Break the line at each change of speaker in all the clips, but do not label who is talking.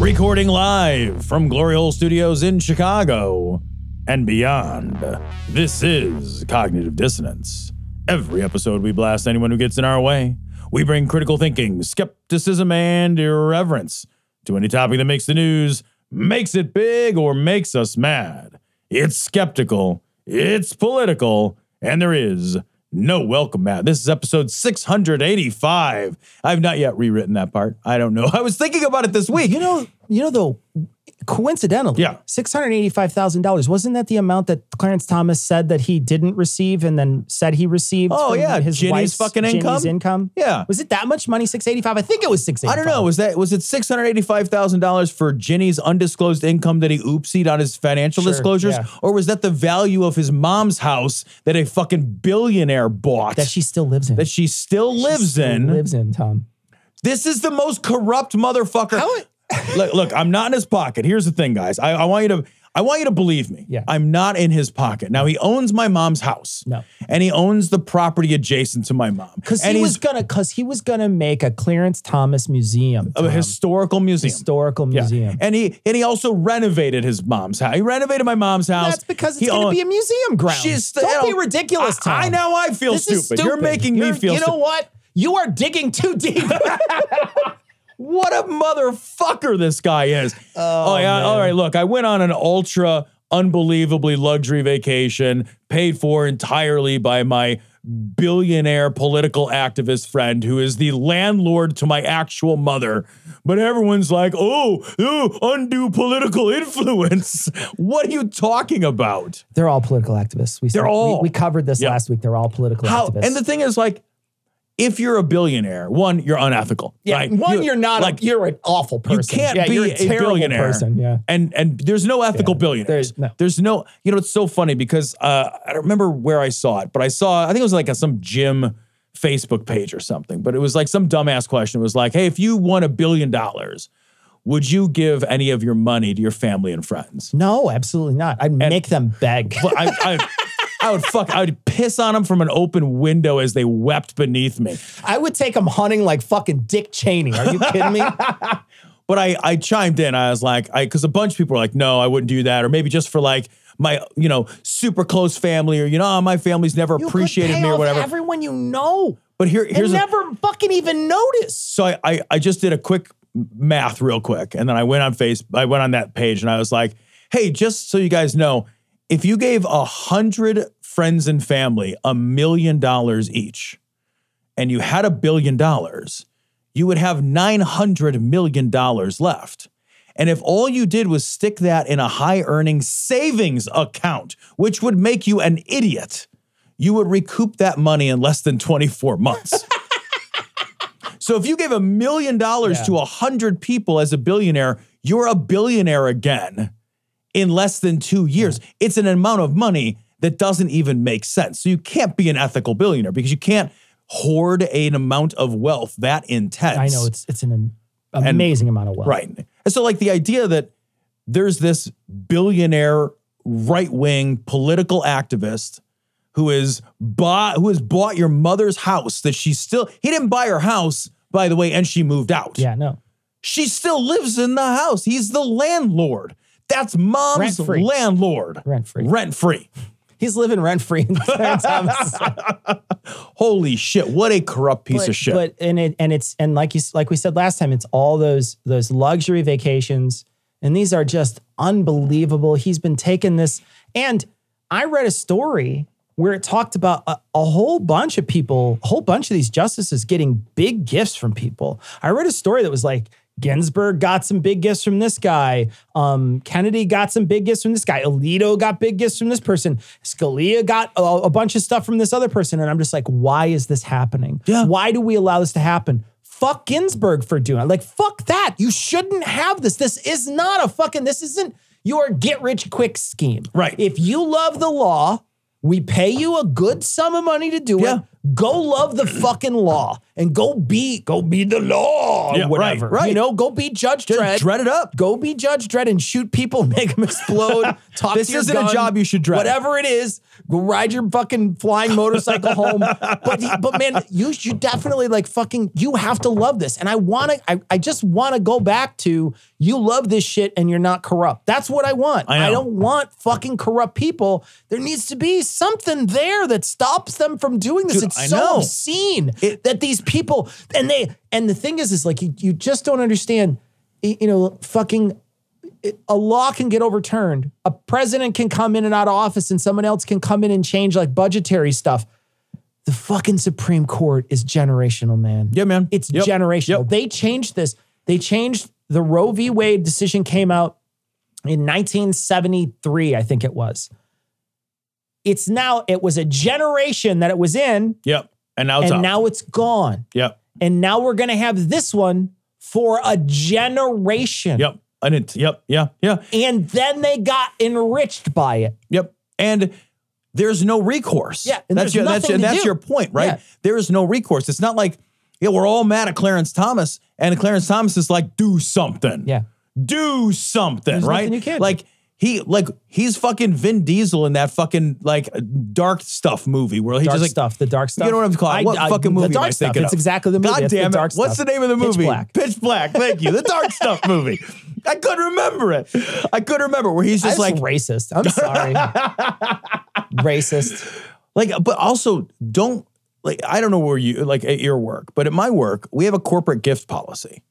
Recording live from Glory Hole Studios in Chicago and beyond. This is Cognitive Dissonance. Every episode, we blast anyone who gets in our way. We bring critical thinking, skepticism, and irreverence to any topic that makes the news, makes it big, or makes us mad. It's skeptical, it's political, and there is no welcome mat. This is episode 685. I've not yet rewritten that part. I don't know. I was thinking about it this week.
You know, you know though, coincidentally,
Yeah.
six hundred eighty-five thousand dollars wasn't that the amount that Clarence Thomas said that he didn't receive and then said he received?
Oh,
from
yeah,
his
Ginny's
wife's
fucking
Ginny's
income?
income.
Yeah.
was it that much money? Six eighty-five. I think it was six
I
eighty-five.
don't know. Was that was it six hundred eighty five thousand dollars for Ginny's undisclosed income that he oopsied on his financial
Sure,
disclosures,
yeah.
or was that the value of his mom's house that a fucking billionaire bought
that she still lives in.
that she still lives
still
in?
Lives in Tom.
This is the most corrupt motherfucker.
How it-
look, look, I'm not in his pocket. Here's the thing, guys. I, I want you to I want you to believe me.
Yeah.
I'm not in his pocket. Now he owns my mom's house.
No.
And he owns the property adjacent to my mom.
Because
and
he
he's
was gonna, because he was gonna make a Clarence Thomas museum,
a
Tom.
historical museum.
historical museum.
And he and he also renovated his mom's house. He renovated my mom's house.
That's because it's
He
gonna
own-
be a museum ground.
She's the-
Don't
you know,
be ridiculous, Tom.
I, I know I feel
This
stupid.
is
You're making
You're-
me feel
You know
stupid.
what? You are digging too deep.
What a motherfucker this guy is. Oh, yeah. All right. Look, I went on an ultra unbelievably luxury vacation paid for entirely by my billionaire political activist friend who is the landlord to my actual mother. But everyone's like, oh, oh undue political influence. what are you talking about?
They're all political activists. We
They're all-
we, we covered this
Yeah.
last week. They're all political
How,
activists.
and the thing is, like, if you're a billionaire, one, you're unethical.
yeah,
right?
one, you're not like you're an awful person.
You can't
Yeah,
be
you're a,
a,
terrible
billionaire.
person. Yeah.
And and there's no ethical
Yeah.
billionaires.
There's no-
You know, it's so funny because uh, I don't remember where I saw it, but I saw. I think it was like a, some gym Facebook page or something. But it was like some dumbass question. It was like, hey, if you won a billion dollars, would you give any of your money to your family and friends?
No, absolutely not. I'd make them beg.
But I, I, I would fuck. I would piss on them from an open window as they wept beneath me.
I would take them hunting like fucking Dick Cheney. Are you kidding me?
But I I chimed in. I was like, I because a bunch of people are like, no, I wouldn't do that, or maybe just for like my you know super close family, or you know "Oh, my family's never
You could
appreciated
pay
me or
off
whatever.
Everyone you know,
but here here's
and
the-
never fucking even notice.
so I, I I just did a quick math real quick, and then I went on face I went on that page, and I was like, hey, just so you guys know, if you gave a hundred friends and family a million dollars each, and you had a billion dollars, you would have nine hundred million dollars left. And if all you did was stick that in a high earning savings account, which would make you an idiot, you would recoup that money in less than 24 months. so if you gave a million dollars
Yeah.
to a hundred people as a billionaire, you're a billionaire again in less than two years. It's an amount of money that doesn't even make sense. So you can't be an ethical billionaire because you can't hoard an amount of wealth that intense.
I know it's it's an am- amazing amount of wealth.
Right. And so, like, the idea that there's this billionaire right wing political activist who is bought who has bought your mother's house that she still he didn't buy her house by the way and she moved out
Yeah. No.
she still lives in the house he's the landlord that's mom's
Rent-free.
landlord
Rent free.
rent free
He's living rent free in Clarence Thomas.
holy shit what a corrupt piece
but,
of shit
But and it and it's and like you s- like we said last time, it's all those those luxury vacations, and these are just unbelievable. He's been taking this, and I read a story where it talked about a, a whole bunch of people, a whole bunch of these justices getting big gifts from people. I read a story that was like Ginsburg got some big gifts from this guy. Um, Kennedy got some big gifts from this guy. Alito got big gifts from this person. Scalia got a, a bunch of stuff from this other person. And I'm just like, why is this happening?
Yeah.
Why do we allow this to happen? Fuck Ginsburg for doing it. Like, fuck that. You shouldn't have this. This is not a fucking, this isn't your get rich quick scheme.
Right.
If you love the law, we pay you a good sum of money to do
Yeah.
it. Go love the fucking law and go be go be the law or
Yeah, right,
whatever.
right.
You know, go be Judge
Just
Dredd.
dread it up.
Go be Judge Dredd and shoot people, make them explode. Talk
This
to your
isn't a
gun,
job you should dread.
Whatever it is, go ride your fucking flying motorcycle home. But but man, you should definitely like fucking. You have to love this, and I want to. I, I just want to go back to you love this shit and you're not corrupt. That's what I want.
I know.
don't want fucking corrupt people. There needs to be something there that stops them from doing this.
Dude,
it's
I
so
know.
obscene that these people and they and the thing is is like you, you just don't understand. y- You know, fucking it- a law can get overturned. A president can come in and out of office, and someone else can come in and change like budgetary stuff. The fucking Supreme Court is generational, man.
Yeah, man.
It's
Yep.
generational.
Yep.
They changed this. They changed the Roe v. Wade decision came out in 1973, I think it was. It's now, it was a generation that it was in,
Yep. And now it's
and
up.
now it's gone.
yep.
And now we're going to have this one for a generation.
Yep. And it's yep. Yeah. Yeah.
And then they got enriched by it.
Yep. And there's no recourse.
Yeah, and
that's
there's
your that's
nothing
your,
to
that's
do.
your point, right?
Yeah.
There is no recourse. It's not like yeah, we're all mad at Clarence Thomas, and Clarence Thomas is like, do something.
Yeah.
Do something,
There's
right?
nothing you can.
Like he like he's fucking Vin Diesel in that fucking like dark stuff movie where he
Dark
just like
stuff. The dark stuff.
You know what I'm calling?
I-
what
I-
fucking movie
The
am I
dark stuff.
thinking
It's
of?
exactly the movie.
God
It's the
damn it!
dark
What's the
stuff.
name of the
Pitch
movie?
Black.
Pitch Black. Thank you. The dark stuff movie. I couldn't remember it. I couldn't remember where he's just
That's
like
racist. I'm sorry. racist.
like but also don't like i don't know where you like at your work but at my work we have a corporate gift policy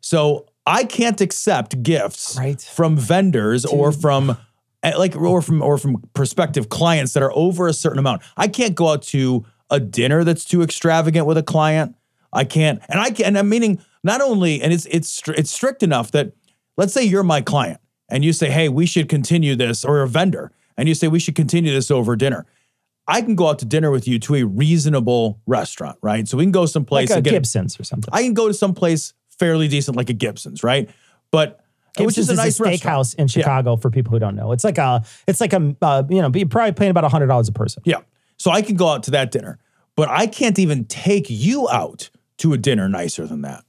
so i can't accept gifts
Right.
from vendors or from eh, like or from or from prospective clients that are over a certain amount i can't go out to a dinner that's too extravagant with a client i can't and i can and i'm meaning not only and it's it's str- it's strict enough that let's say you're my client and you say hey we should continue this or a vendor and you say we should continue this over dinner I can go out to dinner with you to a reasonable restaurant, right? So we can go someplace
Like a
and get.
Gibson's or something.
I can go to someplace fairly decent, like a Gibson's, right? But Uh, which is
Gibson's
a nice restaurant.
steakhouse in Chicago for people who don't know. It's like a, it's like a, uh, you know, be probably paying about hundred dollars a person.
Yeah. So I can go out to that dinner, but I can't even take you out to a dinner nicer than that.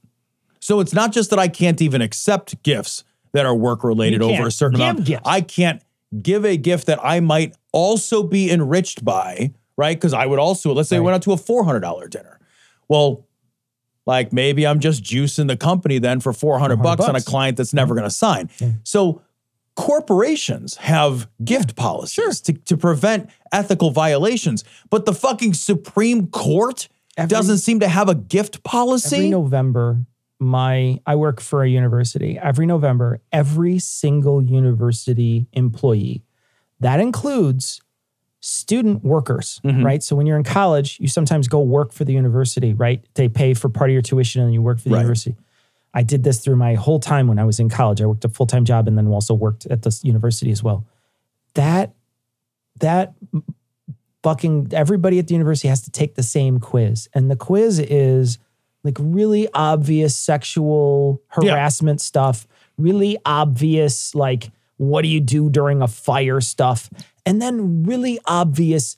So it's not just that I can't even accept gifts that are work related
You can't
over a certain
give
amount.
gifts.
I can't give a gift that I might also be enriched by, right? Because I would also, let's say we went out to a $400 dinner. Well, like maybe I'm just juicing the company then for 400, bucks, on a
bucks. Mm-hmm.
client that's never going to sign. So corporations have gift policies to, to prevent ethical violations, but the fucking Supreme Court
Every-
doesn't seem to have a gift
Every
policy.
November, my I work for a university. Every November, every single university employee, that includes student workers, right? So when you're in college, you sometimes go work for the university, right? They pay for part of your tuition and you work for the
Right.
university. I did this through my whole time when I was in college. I worked a full-time job and then also worked at this university as well. That that fucking everybody at the university has to take the same quiz. And the quiz is like really obvious sexual
Yeah.
harassment stuff, really obvious, like, what do you do during a fire stuff? And then really obvious,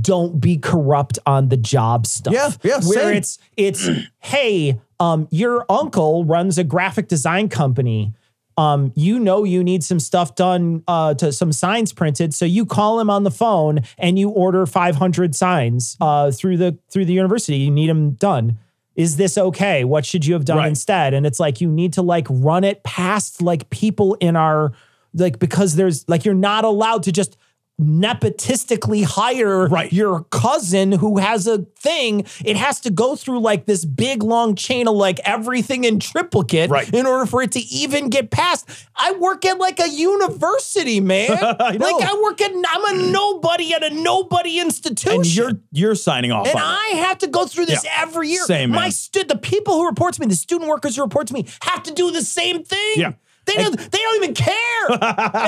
don't be corrupt on the job stuff.
Yeah, yeah,
Where
same.
it's it's hey, um, your uncle runs a graphic design company. Um, you know you need some stuff done uh, to some signs printed, so you call him on the phone and you order 500 signs uh, through the through the university. You need them done. Is this okay? What should you have done
Right.
instead? And it's like you need to like run it past like people in our like because there's like you're not allowed to just nepotistically hire
Right.
your cousin who has a thing. It has to go through like this big long chain of like everything in triplicate
Right.
in order for it to even get past. I work at like a university, man.
I know.
Like I work at I'm a nobody at a nobody institution.
and you're you're signing off
And
on it.
I have to go through this
Yeah.
every year.
Same,
My
man.
stu- the people who report to me, the student workers who report to me, have to do the same thing.
Yeah.
They don't, they don't even care.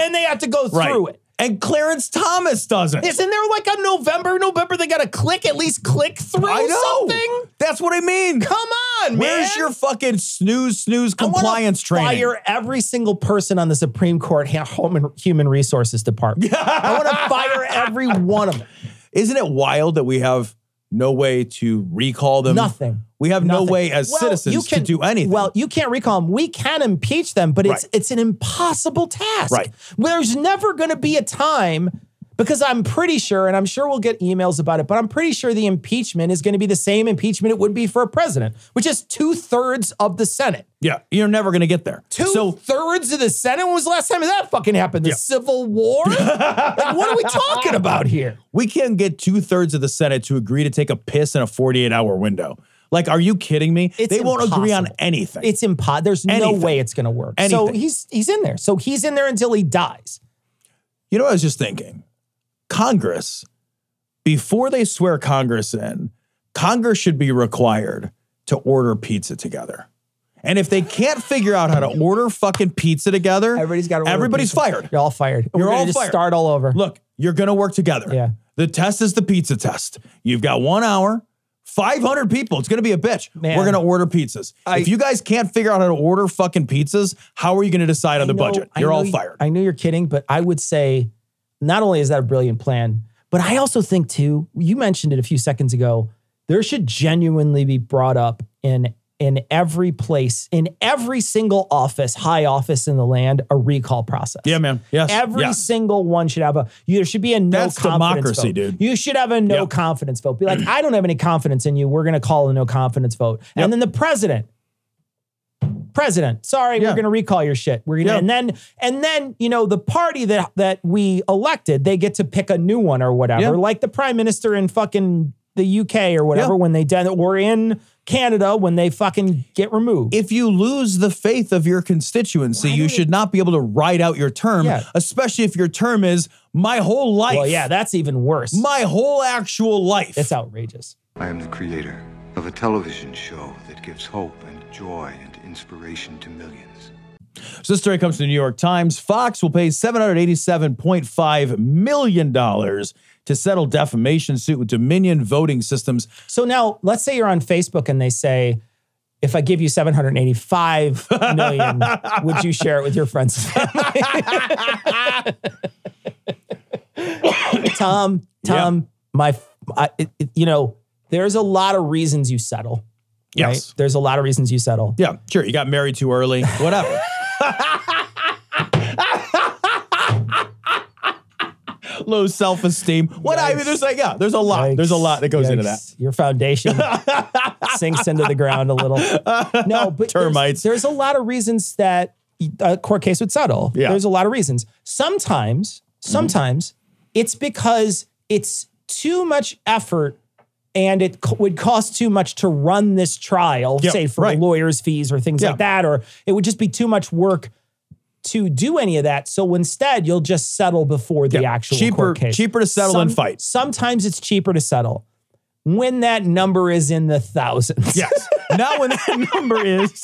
and they have to go
right.
through it.
And Clarence Thomas doesn't.
Isn't there like a November, November they got to click, at least click through
I know.
something?
That's what I mean.
Come on,
Where's
man.
your fucking snooze snooze
I wanna
compliance training?
Fire every single person on the Supreme Court ha- Home and Human Resources Department. I want to fire every one of them.
Isn't it wild that we have no way to recall them?
Nothing.
Mm. We have
Nothing.
no way as
Well, you
citizens
can-
to do anything.
Well, you can't recall them. We can impeach them, but it's
Right.
it's an impossible task.
Right.
There's never going to be a time because I'm pretty sure, and I'm sure we'll get emails about it, but I'm pretty sure the impeachment is going to be the same impeachment it would be for a president, which is two thirds of the Senate.
yeah, you're never going to get there.
Two
So
thirds of the Senate. When was the last time that fucking happened? The
Yeah.
Civil War. like, what are we talking about here?
we can't get two thirds of the Senate to agree to take a piss in a 48 hour window. Like, are you kidding me?
It's
they won't agree on
impossible.
anything.
It's impossible. There's
Anything.
no way it's going to work. So
Anything.
he's he's in there. So he's in there until he dies.
You know what I was just thinking? Congress, before they swear Congress in, Congress should be required to order pizza together. And if they can't figure out how to order fucking pizza together,
Everybody's got.
everybody's fired.
You're all fired. We're
You're
gonna
all
just
fired.
Start all over.
Look, you're gonna work together.
Yeah.
The test is the pizza test. You've got one hour, 500 people. It's gonna be a bitch.
Man.
We're gonna order pizzas.
I-
if you guys can't figure out how to order fucking pizzas, how are you gonna decide on the
I know-
budget?
I
You're
know
all
you-
fired.
I know you're kidding, but I would say not only is that a brilliant plan, but I also think too. You mentioned it a few seconds ago. There should genuinely be brought up in in every place, in every single office, high office in the land, a recall process.
yeah, man. Yes.
Every
yes.
single one should have a. you- There should be a no
That's
confidence
democracy,
vote.
dude.
You should have a no
Yep.
confidence vote. Be like, I don't have any confidence in you. We're going to call a no confidence vote,
Yep.
and then the president. President, sorry,
Yeah.
we're going to recall your shit. We're going to,
Yeah.
and then and then you know the party that that we elected, they get to pick a new one or whatever,
Yeah.
like the prime minister in fucking the UK or whatever
Yeah.
when they done it, or in Canada when they fucking get removed.
if you lose the faith of your constituency, you should not be able to ride out your term,
Yeah.
especially if your term is my whole life.
well, yeah, that's even worse.
my whole actual life.
it's outrageous.
I am the creator of a television show that gives hope and joy and inspiration to millions.
So this story comes from the New York Times. Fox will pay $787.5 million to settle defamation suit with Dominion Voting Systems.
So now let's say you're on Facebook and they say, if I give you 785 million, would you share it with your friends? and family? Tom, Tom, my, I, it- it- you know, there's a lot of reasons you settle. right?
Yes.
There's a lot of reasons you settle.
Yeah, sure. You got married too early, whatever. Low self esteem. What I mean, there's like, yeah, there's a lot. There's a lot that goes into that.
Yikes. Your foundation sinks into the ground a little. No, but there's-
Termites.
There's, a lot of reasons that a court case would settle.
Yeah. Mm-hmm.
There's a lot of reasons. Sometimes, sometimes it's because it's too much effort and it co- would cost too much to run this trial,
Yeah,
say for
right.
lawyer's fees or things
Yeah.
like that, or it would just be too much work to do any of that. So instead, you'll just settle before the
Yeah.
actual
Cheaper-
court case.
cheaper to settle than fight.
Sometimes it's cheaper to settle when that number is in the thousands.
Yes. Not when that number is.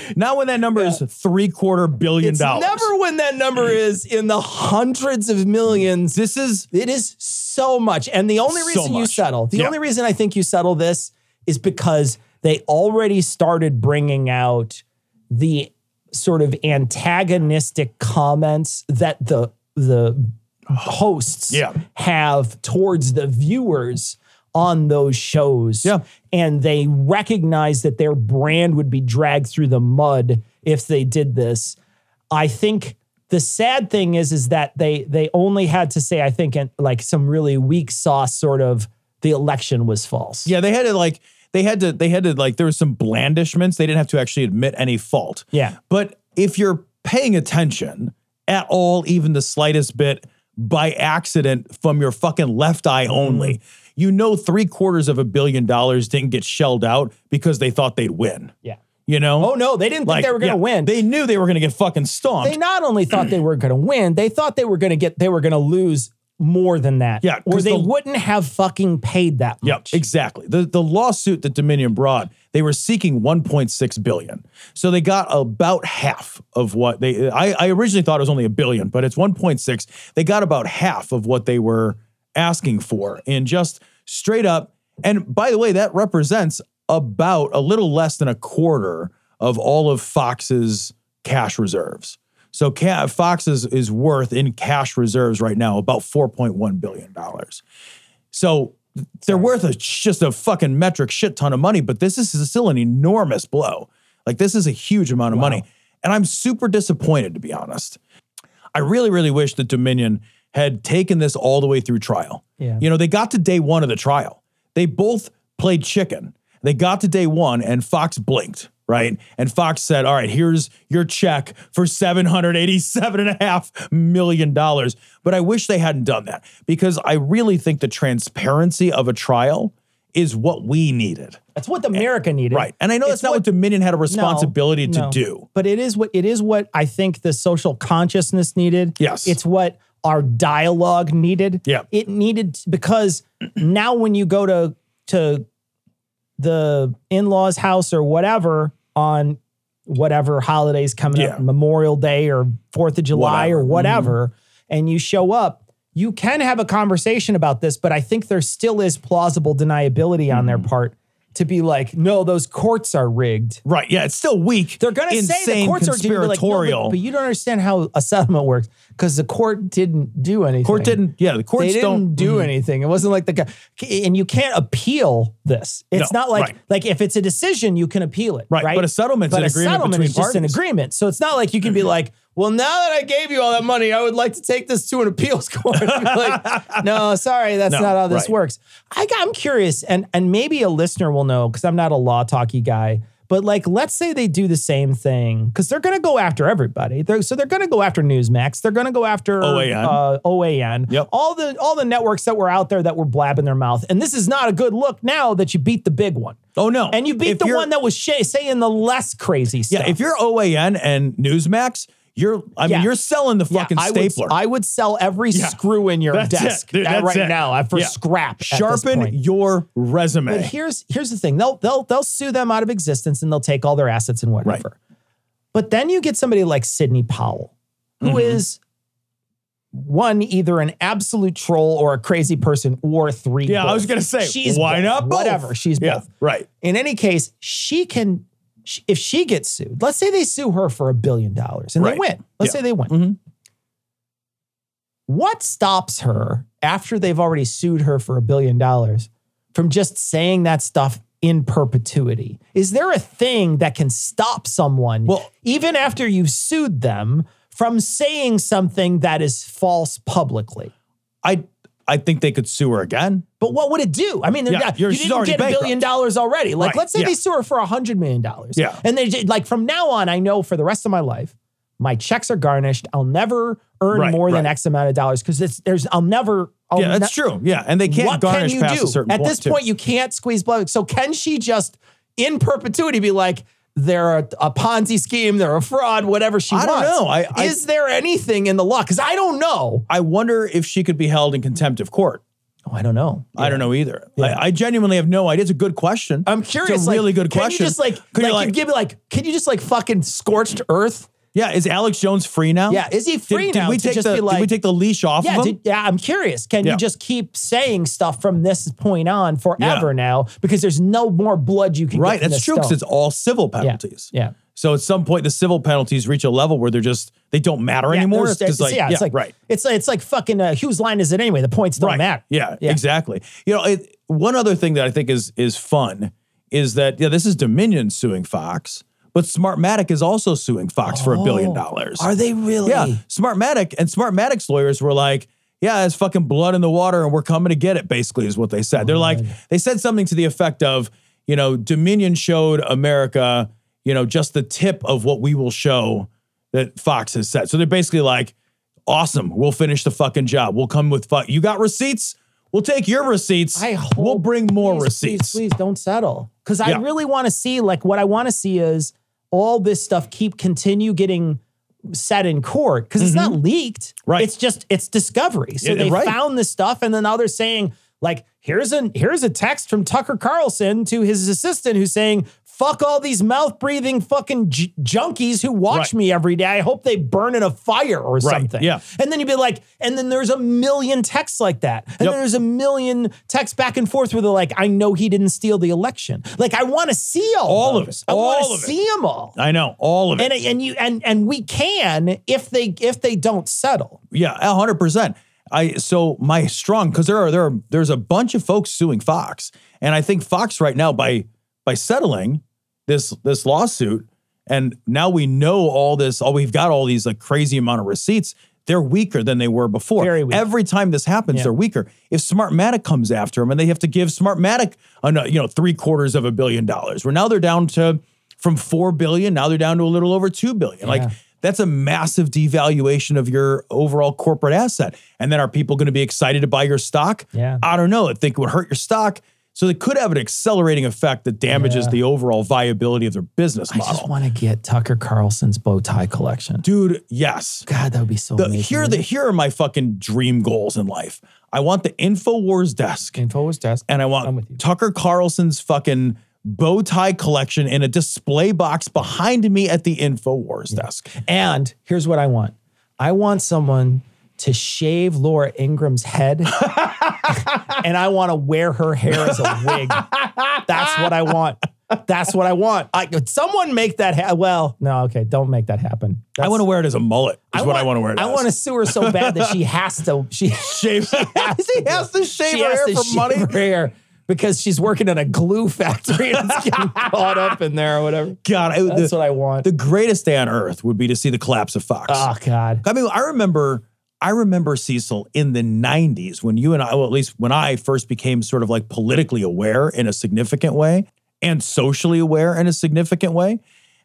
not when that number is three quarter billion
It's
dollars. Mm.
never when that number is in the hundreds of millions.
this is
It is so much. And the only
So
reason you
much.
settle, the
Yeah.
only reason I think you settle this is because they already started bringing out the sort of antagonistic comments that the the hosts
Oh. Yeah.
have towards the viewers on those shows.
Yeah.
And they recognize that their brand would be dragged through the mud if they did this. I think the sad thing is is that they they only had to say I think in, like some really weak sauce sort of the election was false.
Yeah, they had to like they had to they had to like there was some blandishments. They didn't have to actually admit any fault.
Yeah.
But if you're paying attention at all, even the slightest bit, by accident from your fucking left
Mm-hmm.
eye only. You know, three quarters of a billion dollars didn't get shelled out because they thought they'd win.
Yeah.
You know?
Oh no, they didn't think they were going to
yeah,
win.
They knew they were going to get fucking stomped.
they not only thought they were going to win, they thought they were going to get they were going to lose more than that.
Yeah,
or
'cause
they
the-
wouldn't have fucking paid that much.
Yep, exactly. The the lawsuit that Dominion brought, they were seeking 1.6 billion. So they got about half of what they I, I originally thought it was only a billion, but it's 1.6. They got about half of what they were asking for and just straight up. And by the way, that represents about a little less than a quarter of all of Fox's cash reserves. So ca- Fox is, is worth in cash reserves right now about 4.1 billion dollars. So they're worth a, just a fucking metric shit ton of money, but this is still an enormous blow. Like this is a huge amount of money. And I'm super disappointed to be honest. I really, really wish that Dominion had taken this all the way through trial.
Yeah.
You know, they got to day one of the trial. They both played chicken. They got to day one and Fox blinked, right? And Fox said, All right, here's your check for $787.5 million. But I wish they hadn't done that because I really think the transparency of a trial is what we needed.
That's what America needed.
Right. And I know
It's
that's not what, Dominion had a
no,
responsibility to
no.
do.
But it is what it is what I think the social consciousness needed.
Yes.
It's what our dialogue needed.
Yeah.
It needed because now when you go to to the in-laws house or whatever on whatever holidays coming
Yeah.
up, Memorial Day or 4th of July
Whatever.
or
Mm-hmm.
whatever, and you show up, you can have a conversation about this, but I think there still is plausible deniability on
Mm-hmm.
their part to be like, no, those courts are rigged.
Right. Yeah. It's still weak.
They're going to
Insane
say the courts are doing like, no,
conspiratorial.
but, but you don't understand how a settlement works because the court didn't do anything.
court didn't, yeah, the courts
They didn't
don't Mm-hmm.
do anything. It wasn't like the guy, and you can't appeal this. It's
No,
not like
right.
like if it's a decision, you can appeal it, right?
Right, but a settlement's
But
an
a
agreement
settlement
between
is just an
parties. Mm-hmm.
agreement. So it's not like you can be like, well, now that I gave you all that money, I would like to take this to an appeals court. Be like, no, sorry, that's
No,
not how this
right.
works. I, I'm curious, and and maybe a listener will know because I'm not a law talky guy. But like, let's say they do the same thing because they're going to go after everybody. They're, so they're going to go after Newsmax. They're going to go after
OAN.
uh, OAN.
Yep.
All the all the networks that were out there that were blabbing their mouth. And this is not a good look now that you beat the big one.
Oh, no.
And you beat
If
the
you're-
one that was shay- saying the less crazy
Yeah,
stuff.
if you're OAN and Newsmax, you're I
Yeah.
mean you're selling the
Yeah,
fucking
I would,
stapler.
I would sell every
Yeah.
screw in your
That's it,
desk
dude,
at-
that's
right
it.
now uh, for
Yeah.
scrap. at this
Sharpen
point.
your resume.
But here's here's the thing. They'll they'll they'll sue them out of existence and they'll take all their assets and whatever. But then you get somebody like Sidney Powell, who is
Mm-hmm.
one either an absolute troll or a crazy person, or three.
yeah, I
both.
was gonna say,
she's
why
both.
not both?
Whatever, she's
yeah,
both.
right.
In any case, she can she- if she gets sued. Let's say they sue her for a billion dollars and they
Right.
win. Let's
Yeah.
say they win.
Mhm.
What stops her after they've already sued her for a billion dollars from just saying that stuff in perpetuity? Is there a thing that can stop someone,
Well-
even after you've sued them, from saying something that is false publicly?
I I think they could sue her again.
But what would it do? I mean, they're
Yeah,
not, you
you're- she's
didn't
already
get a billion
bankrupt.
dollars already. Like,
Right,
let's say
yeah.
they sue her for a hundred million dollars.
Yeah.
and they did- like from now on, I know for the rest of my life, my checks are garnished. I'll never earn
Right,
more than
right.
X amount of dollars because it's there's I'll never. I'll
yeah, that's
ne-
true. Yeah, and they can't
Oh, What can
garnish
you
past
do
a certain
at
point.
this
too.
point? You can't squeeze blood. So can she just in perpetuity be like? They're a, a Ponzi scheme. They're a fraud. Whatever she
I don't
wants.
know. I- I-
is there anything in the law? Because I don't know.
I wonder if she could be held in contempt of court.
Oh, I don't know.
I don't know either. I, I genuinely have no idea. It's a good question.
I'm curious.
It's a really
like,
good question.
Can you just like,
Could
like,
you,
you give me like, can you just like fucking scorched earth?
yeah, is Alex Jones free now?
Yeah, is he
Did-
free
did,
now
we
to
take
just
the,
be
did we
like-
take the leash off
Yeah,
of him?
did, yeah. I'm curious. Can
Yeah.
you just keep saying stuff from this point on forever
Yeah.
now? Because there's no more blood you can.
right,
get from
that's
this
true because
stone.
it's all civil
Yeah,
penalties.
Yeah.
So at some point, the civil penalties reach a level where they're just they don't matter
Yeah,
anymore.
there's-
It's just
it's-
like,
yeah, it's like
right,
It's like it's like fucking uh, whose line is it anyway? The points don't
right,
matter.
Yeah, exactly. You know, it, one other thing that I think is is fun is that yeah, this is Dominion suing Fox, but Smartmatic is also suing Fox for a billion
Oh,
dollars.
Are they really?
Yeah, Smartmatic and Smartmatic's lawyers were like, "Yeah, it's fucking blood in the water, and we're coming to get it." Basically, is what they said. They're like, they said something to the effect of, you know, Dominion showed America, you know, just the tip of what we will show that Fox has set. So they're basically like, awesome, we'll finish the fucking job. We'll come with fuck. You got receipts? We'll take your receipts.
I hope,
we'll bring more
please,
receipts.
Please, please don't settle. Because I
Yeah.
really want to see, like, what I want to see is all this stuff keep continue getting set in court because it's not leaked.
Mm-hmm. Right.
It's just it's discovery. So
Yeah,
they
right.
found this stuff, and then now they're saying, like, here's a here's a text from Tucker Carlson to his assistant who's saying. Fuck all these mouth breathing fucking j- junkies who watch
Right.
me every day. I hope they burn in a fire or
Right,
something.
yeah.
And then you'd be like, and then there's a million texts like that. And
Yep.
then there's a million texts back and forth where they're like, I know he didn't steal the election. Like, I want to see all,
All of
those.
it.
I
All
want
of
to
it.
see them all.
I know all of it.
And, and you and and we can if they if they don't settle.
Yeah, a hundred percent. I so my strong because there are there are there's a bunch of folks suing Fox, and I think Fox right now by by settling this this lawsuit, and now we know all this. All we've got all these like crazy amount of receipts. They're weaker than they were before.
Very weak.
Every time this happens, they're weaker. If Smartmatic comes after them, and they have to give Smartmatic another, you know three quarters of a billion dollars, where now they're down to from four billion, now they're down to a little over two billion. Like that's a massive devaluation of your overall corporate asset. And then are people going to be excited to buy your stock?
Yeah.
I don't know. I think it would hurt your stock. So it could have an accelerating effect that damages the overall viability of their business
I just
model.
want to get Tucker Carlson's bow tie collection.
Dude, yes.
God, that would be so
The,
amazing.
Uh, here, are the, here are my fucking dream goals in life. I want the InfoWars desk
InfoWars desk.
and I
I'm with you.
want Tucker Carlson's fucking bow tie collection in a display box behind me at the InfoWars desk.
And here's what I want. I want someone to shave Laura Ingram's head and I want to wear her hair as a wig. That's what I want. That's what I want. I, someone make that ha- well, no, okay, don't make that happen.
I want to wear it as a mullet. Is what I want to wear it
I
as.
want to sue her so bad that she has to she
shave. he has to shave
she
her
has
hair
to
for
shave
money.
her hair because she's working at a glue factory and it's getting caught up in there or whatever.
God, I,
That's
the,
what I want.
the greatest day on earth would be to see the collapse of Fox.
oh god.
I mean, I remember, I remember Cecil in the '90s when you and I, well, at least when I first became sort of like politically aware in a significant way and socially aware in a significant way,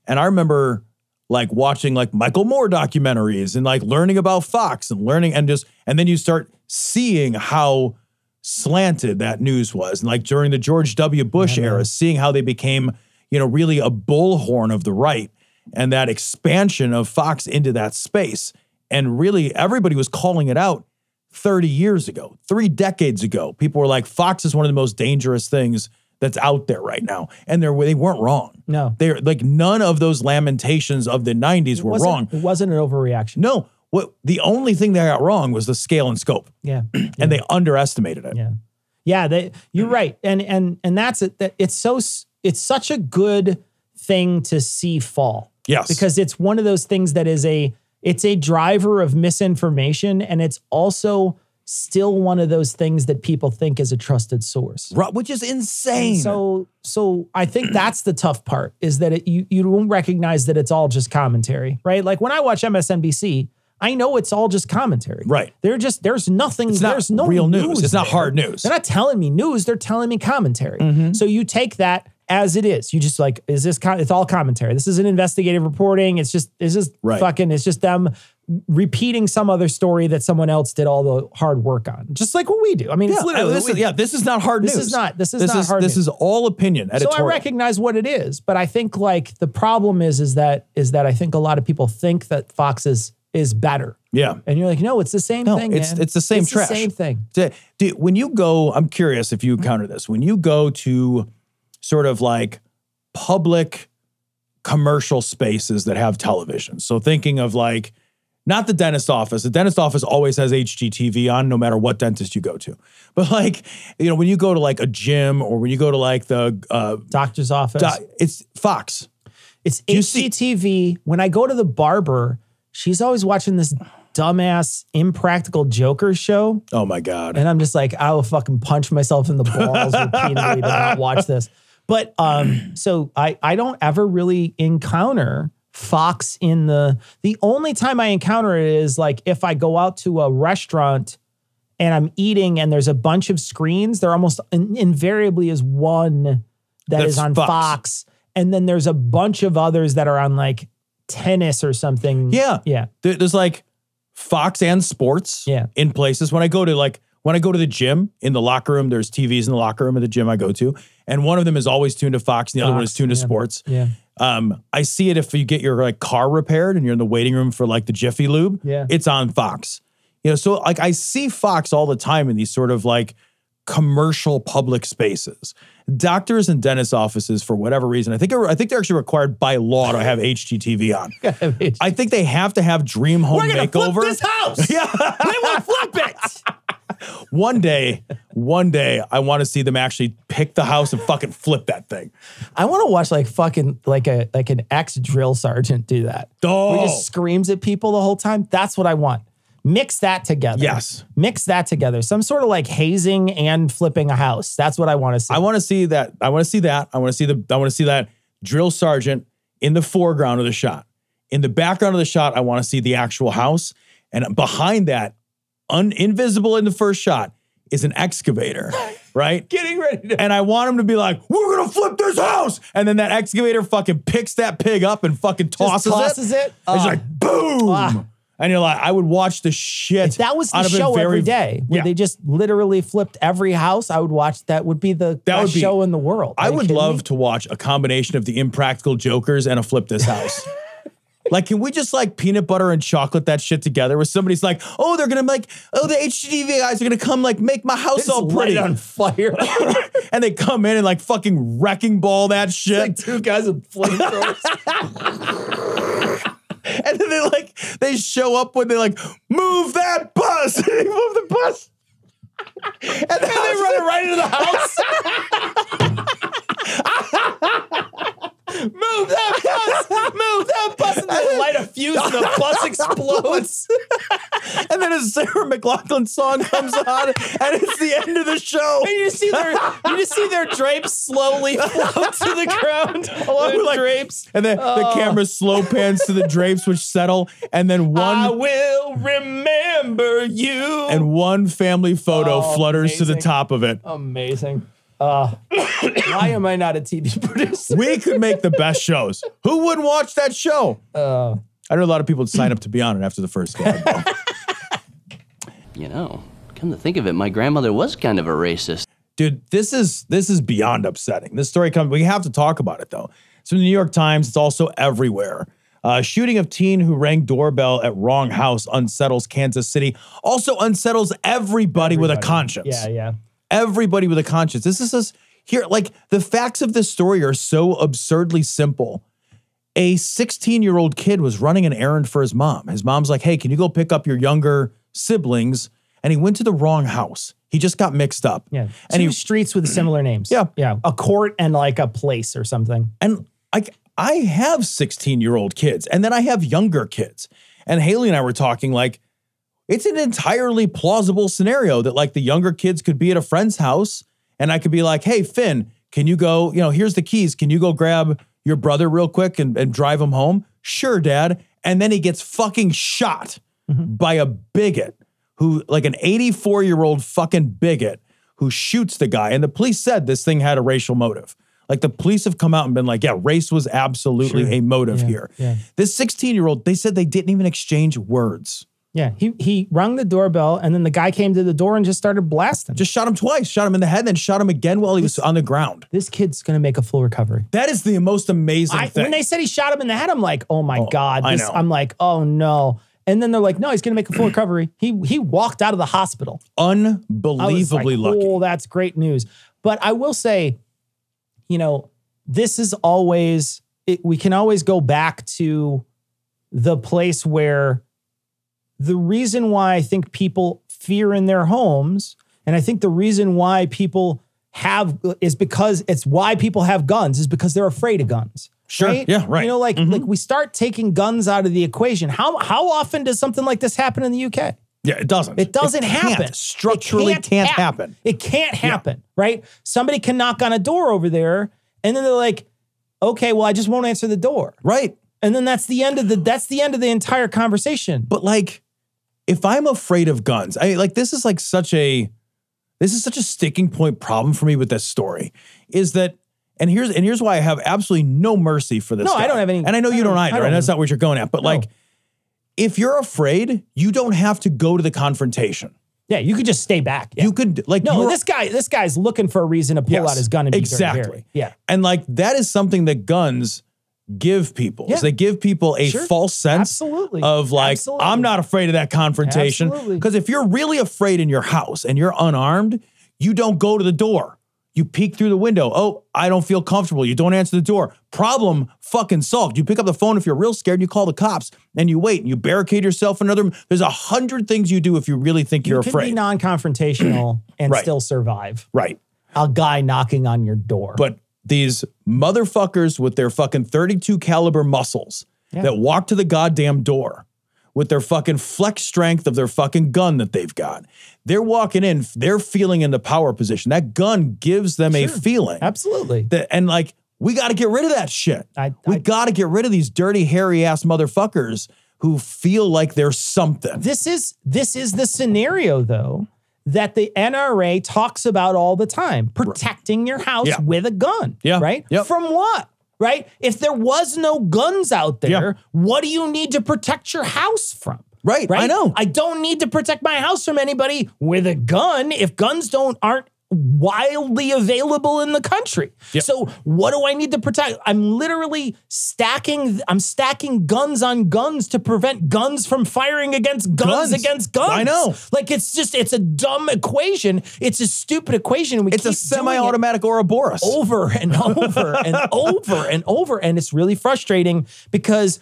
and I remember like watching like Michael Moore documentaries and like learning about Fox and learning and just and then you start seeing how slanted that news was and like during the George W. Bush era, seeing how they became you know really a bullhorn of the right and that expansion of Fox into that space and really everybody was calling it out 30 years ago, three decades ago. People were like, Fox is one of the most dangerous things that's out there right now. And they're, they weren't wrong.
No.
They're like, none of those lamentations of the 90s were
Wasn't-
wrong.
It wasn't an overreaction.
No, what the only thing they got wrong was the scale and scope,
Yeah.
and they underestimated it.
Yeah. Yeah, they, you're
Mm.
right. And and and that's it that it's so s- it's such a good thing to see fall.
Yes.
Because it's one of those things that is a it's a driver of misinformation and it's also still one of those things that people think is a trusted source.
Ru- Which is insane.
So so I think that's the tough part is that it, you you won't recognize that it's all just commentary, right? Like when I watch MSNBC, I know it's all just commentary.
Right.
They're just there's nothing
it's not
there's no
real news. It's not
there.
hard news. Mm-hmm.
They're not telling me news, they're telling me commentary. So you take that as it is. You just like, is this, co- it's all commentary. This is an investigative reporting. It's just, it's just
Right.
fucking, it's just them repeating some other story that someone else did all the hard work on. Just like what we do. I mean,
yeah,
it's literally,
this
what we
is, yeah, this is not hard
This
news.
is not- this is not hard
This is
news.
all opinion. Editorial.
So I recognize what it is, but I think like the problem is is that is that I think a lot of people think that Fox is is better,
Yeah.
and you're like, no, it's the same
No,
thing.
it's-
man.
it's the same
It's
trash.
the same thing.
Do- do- when you go, I'm curious if you
Mm-hmm.
encounter this. When you go to sort of like public commercial spaces that have television. So thinking of like not the dentist office. The dentist office always has HGTV on no matter what dentist you go to. But like, you know, when you go to like a gym or when you go to like the uh
Doctor's office.
di- it's Fox.
It's
You see-
HGTV. When I go to the barber, she's always watching this dumbass impractical joker show.
Oh my god.
And I'm just like, I will fucking punch myself in the balls repeatedly to not watch this. But um, so I I don't ever really encounter Fox in the the only time I encounter it is like if I go out to a restaurant and I'm eating and there's a bunch of screens, there almost in- invariably is one that
That's
is on
Fox.
Fox. And then there's a bunch of others that are on like tennis or something.
Yeah.
Yeah.
There- there's like Fox and sports
Yeah.
in places. When I go to like when I go to the gym in the locker room, there's TVs in the locker room at the gym I go to, and one of them is always tuned to Fox, and the other one
Fox,
is tuned to
yeah.
sports.
Yeah.
Um, I see it if you get your like car repaired and you're in the waiting room for like the Jiffy Lube.
Yeah.
it's on Fox. You know, so like I see Fox all the time in these sort of like commercial public spaces. Doctors and dentist offices, for whatever reason, I think I think they're actually required by law to have HGTV on. I think they have to have Dream Home
We're gonna
Makeover.
flip this house.
Yeah.
we will flip it.
one day, one day, I want to see them actually pick the house and fucking flip that thing.
I want to watch like fucking like a like an ex drill sergeant do that.
Oh.
Where he just screams at people the whole time. That's what I want. Mix that together.
Yes.
Mix that together. Some sort of like hazing and flipping a house. That's what I want to see.
I want to see that. I want to see that. I want to see the. I want to see that drill sergeant in the foreground of the shot. In the background of the shot, I want to see the actual house, and behind that, un, invisible in the first shot, is an excavator, right?
getting ready to
And I want him to be like, "We're gonna flip this house," and then that excavator fucking picks that pig up and fucking tosses,
tosses it?
And it's
Oh.
like boom,
Ah.
and you're like, "I would watch the shit."
if that was the
out of a
show
very-
every day where
Yeah.
they just literally flipped every house, I would watch that would be the
That
best
would be-
show in the world.
I
Are you
would
kidding
love
me?
to watch a combination of the impractical jokers and a flip this house. like, can we just like peanut butter and chocolate that shit together where somebody's like, oh, they're gonna like, oh, the HGTV guys are gonna come like make my house
Just
all
light
pretty.
it on fire.
and they come in and like fucking wrecking ball that shit.
two guys with flamethrowers.
and then they like they show up when they like move that bus. and they move the bus. And then they run it right into the house.
Move that bus! Move that bus! And then light a fuse and the bus explodes.
And then a Sarah McLaughlin song comes on, and it's the end of the show.
And you just see their you just see their drapes slowly float to the ground. Along
We're
with
like-
drapes. Oh.
And then the camera slow pans to the drapes, which settle, and then
I
one
will remember you.
and one family photo
Oh,
flutters to the
amazing. Oh.
top of it.
amazing. Uh, why am I not a TV producer?
We could make the best shows. Who wouldn't watch that show?
Uh.
I know a lot of people would sign up to be on it after the first game.
You know, come to think of it, my grandmother was kind of a racist.
Dude, this is this is beyond upsetting. This story comes. We have to talk about it though. It's from the New York Times. It's also everywhere. Uh, shooting of teen who rang doorbell at wrong house unsettles Kansas City. Also unsettles everybody, with a conscience.
Yeah, yeah.
everybody with a conscience. This is us here. Like the facts of this story are so absurdly simple. A 16 year old kid was running an errand for his mom. His mom's like, Hey, can you go pick up your younger siblings? And he went to the wrong house. He just got mixed up.
Yeah.
And
Two
he,
streets with similar names.
Yeah.
Yeah. A court and like a place or something.
and like, I have 16 year old kids and then I have younger kids. And Haley and I were talking like, it's an entirely plausible scenario that like the younger kids could be at a friend's house and I could be like, hey, Finn, can you go, you know, here's the keys. Can you go grab your brother real quick and, and drive him home? Sure, dad. And then he gets fucking shot
Mm-hmm.
by a bigot who, like an 84 year old fucking bigot who shoots the guy. And the police said this thing had a racial motive. Like the police have come out and been like, yeah, race was absolutely a motive here.
yeah.
This 16 year old, they said they didn't even exchange words.
Yeah. He he rung the doorbell and then the guy came to the door and just started blasting.
Just shot him twice, shot him in the head, then shot him again while he was on the ground.
this kid's gonna make a full recovery.
That is the most amazing
I,
thing.
when they said he shot him in the head, I'm like, oh my god,
I
this,
know.
I'm like, oh no. And then they're like, no, he's gonna make a full recovery. He he walked out of the hospital. I was
Unbelievably
like,
lucky.
Oh, that's great news. But I will say, you know, this is always it, we can always go back to the place where the reason why I think people fear in their homes, and I think the reason why people have is because it's why people have guns is because they're afraid of guns.
Sure. Yeah, right. Mm-hmm.
You know, like like we start taking guns out of the equation. How how often does something like this happen in the UK?
Yeah, it doesn't.
It doesn't
can't.
happen.
Structurally
It
can't, happen.
It can't happen, right? Somebody can knock on a door over there and then they're like, "Okay, well I just won't answer the door."
Right.
And then that's the end of the that's the end of the entire conversation.
But like, if I'm afraid of guns, I like this is like such a this is such a sticking point problem for me with this story is that And here's and here's why I have absolutely no mercy for this.
No, I
guy.
don't have any-
And I know you
I
don't,
don't- I
either.
don't
and that's not what you're going at. But like, if you're afraid, you don't have to go to the confrontation.
Yeah, you could just stay back. Yeah.
You could like
no,
you're-
this guy, this guy's looking for a reason to pull
Yes,
out his gun and be dirty
exactly.
Harry. Yeah,
And like that is something that guns give people. is
Yeah.
They give people a
Sure.
false sense
Absolutely.
of like,
Absolutely.
I'm not afraid of that confrontation.
Absolutely.
Because if you're really afraid in your house and you're unarmed, you don't go to the door. You peek through the window. Oh, I don't feel comfortable. You don't answer the door. Problem fucking solved. You pick up the phone if you're real scared and you call the cops and you wait and you barricade yourself in another room. There's a hundred things you do if you really think
you
you're
could
afraid.
be non-confrontational and
Right.
still survive.
right.
A guy knocking on your door.
but these motherfuckers with their fucking 32 caliber muscles that walk to the goddamn door with their fucking flex strength of their fucking gun that they've got. They're walking in, they're feeling in the power position. That gun gives them a feeling.
absolutely,
That- and like, we got to get rid of that shit.
I-
we
I-
got to get rid of these dirty, hairy ass motherfuckers who feel like they're something.
this is this is the scenario though that the NRA talks about all the time protecting your house
Yeah.
with a gun
Yeah.
right
Yep.
from what right if there was no guns out there
Yeah.
what do you need to protect your house from
Right, I know.
I don't need to protect my house from anybody with a gun if guns don't aren't wildly available in the country. So what do I need to protect? I'm literally stacking I'm stacking guns on guns to prevent guns from firing against guns,
Guns.
against guns.
I know.
Like it's just it's a dumb equation. It's a stupid equation. and We
It's a
keep doing it Oh,
semi automatic Ouroboros.
over and over and over and over. And it's really frustrating because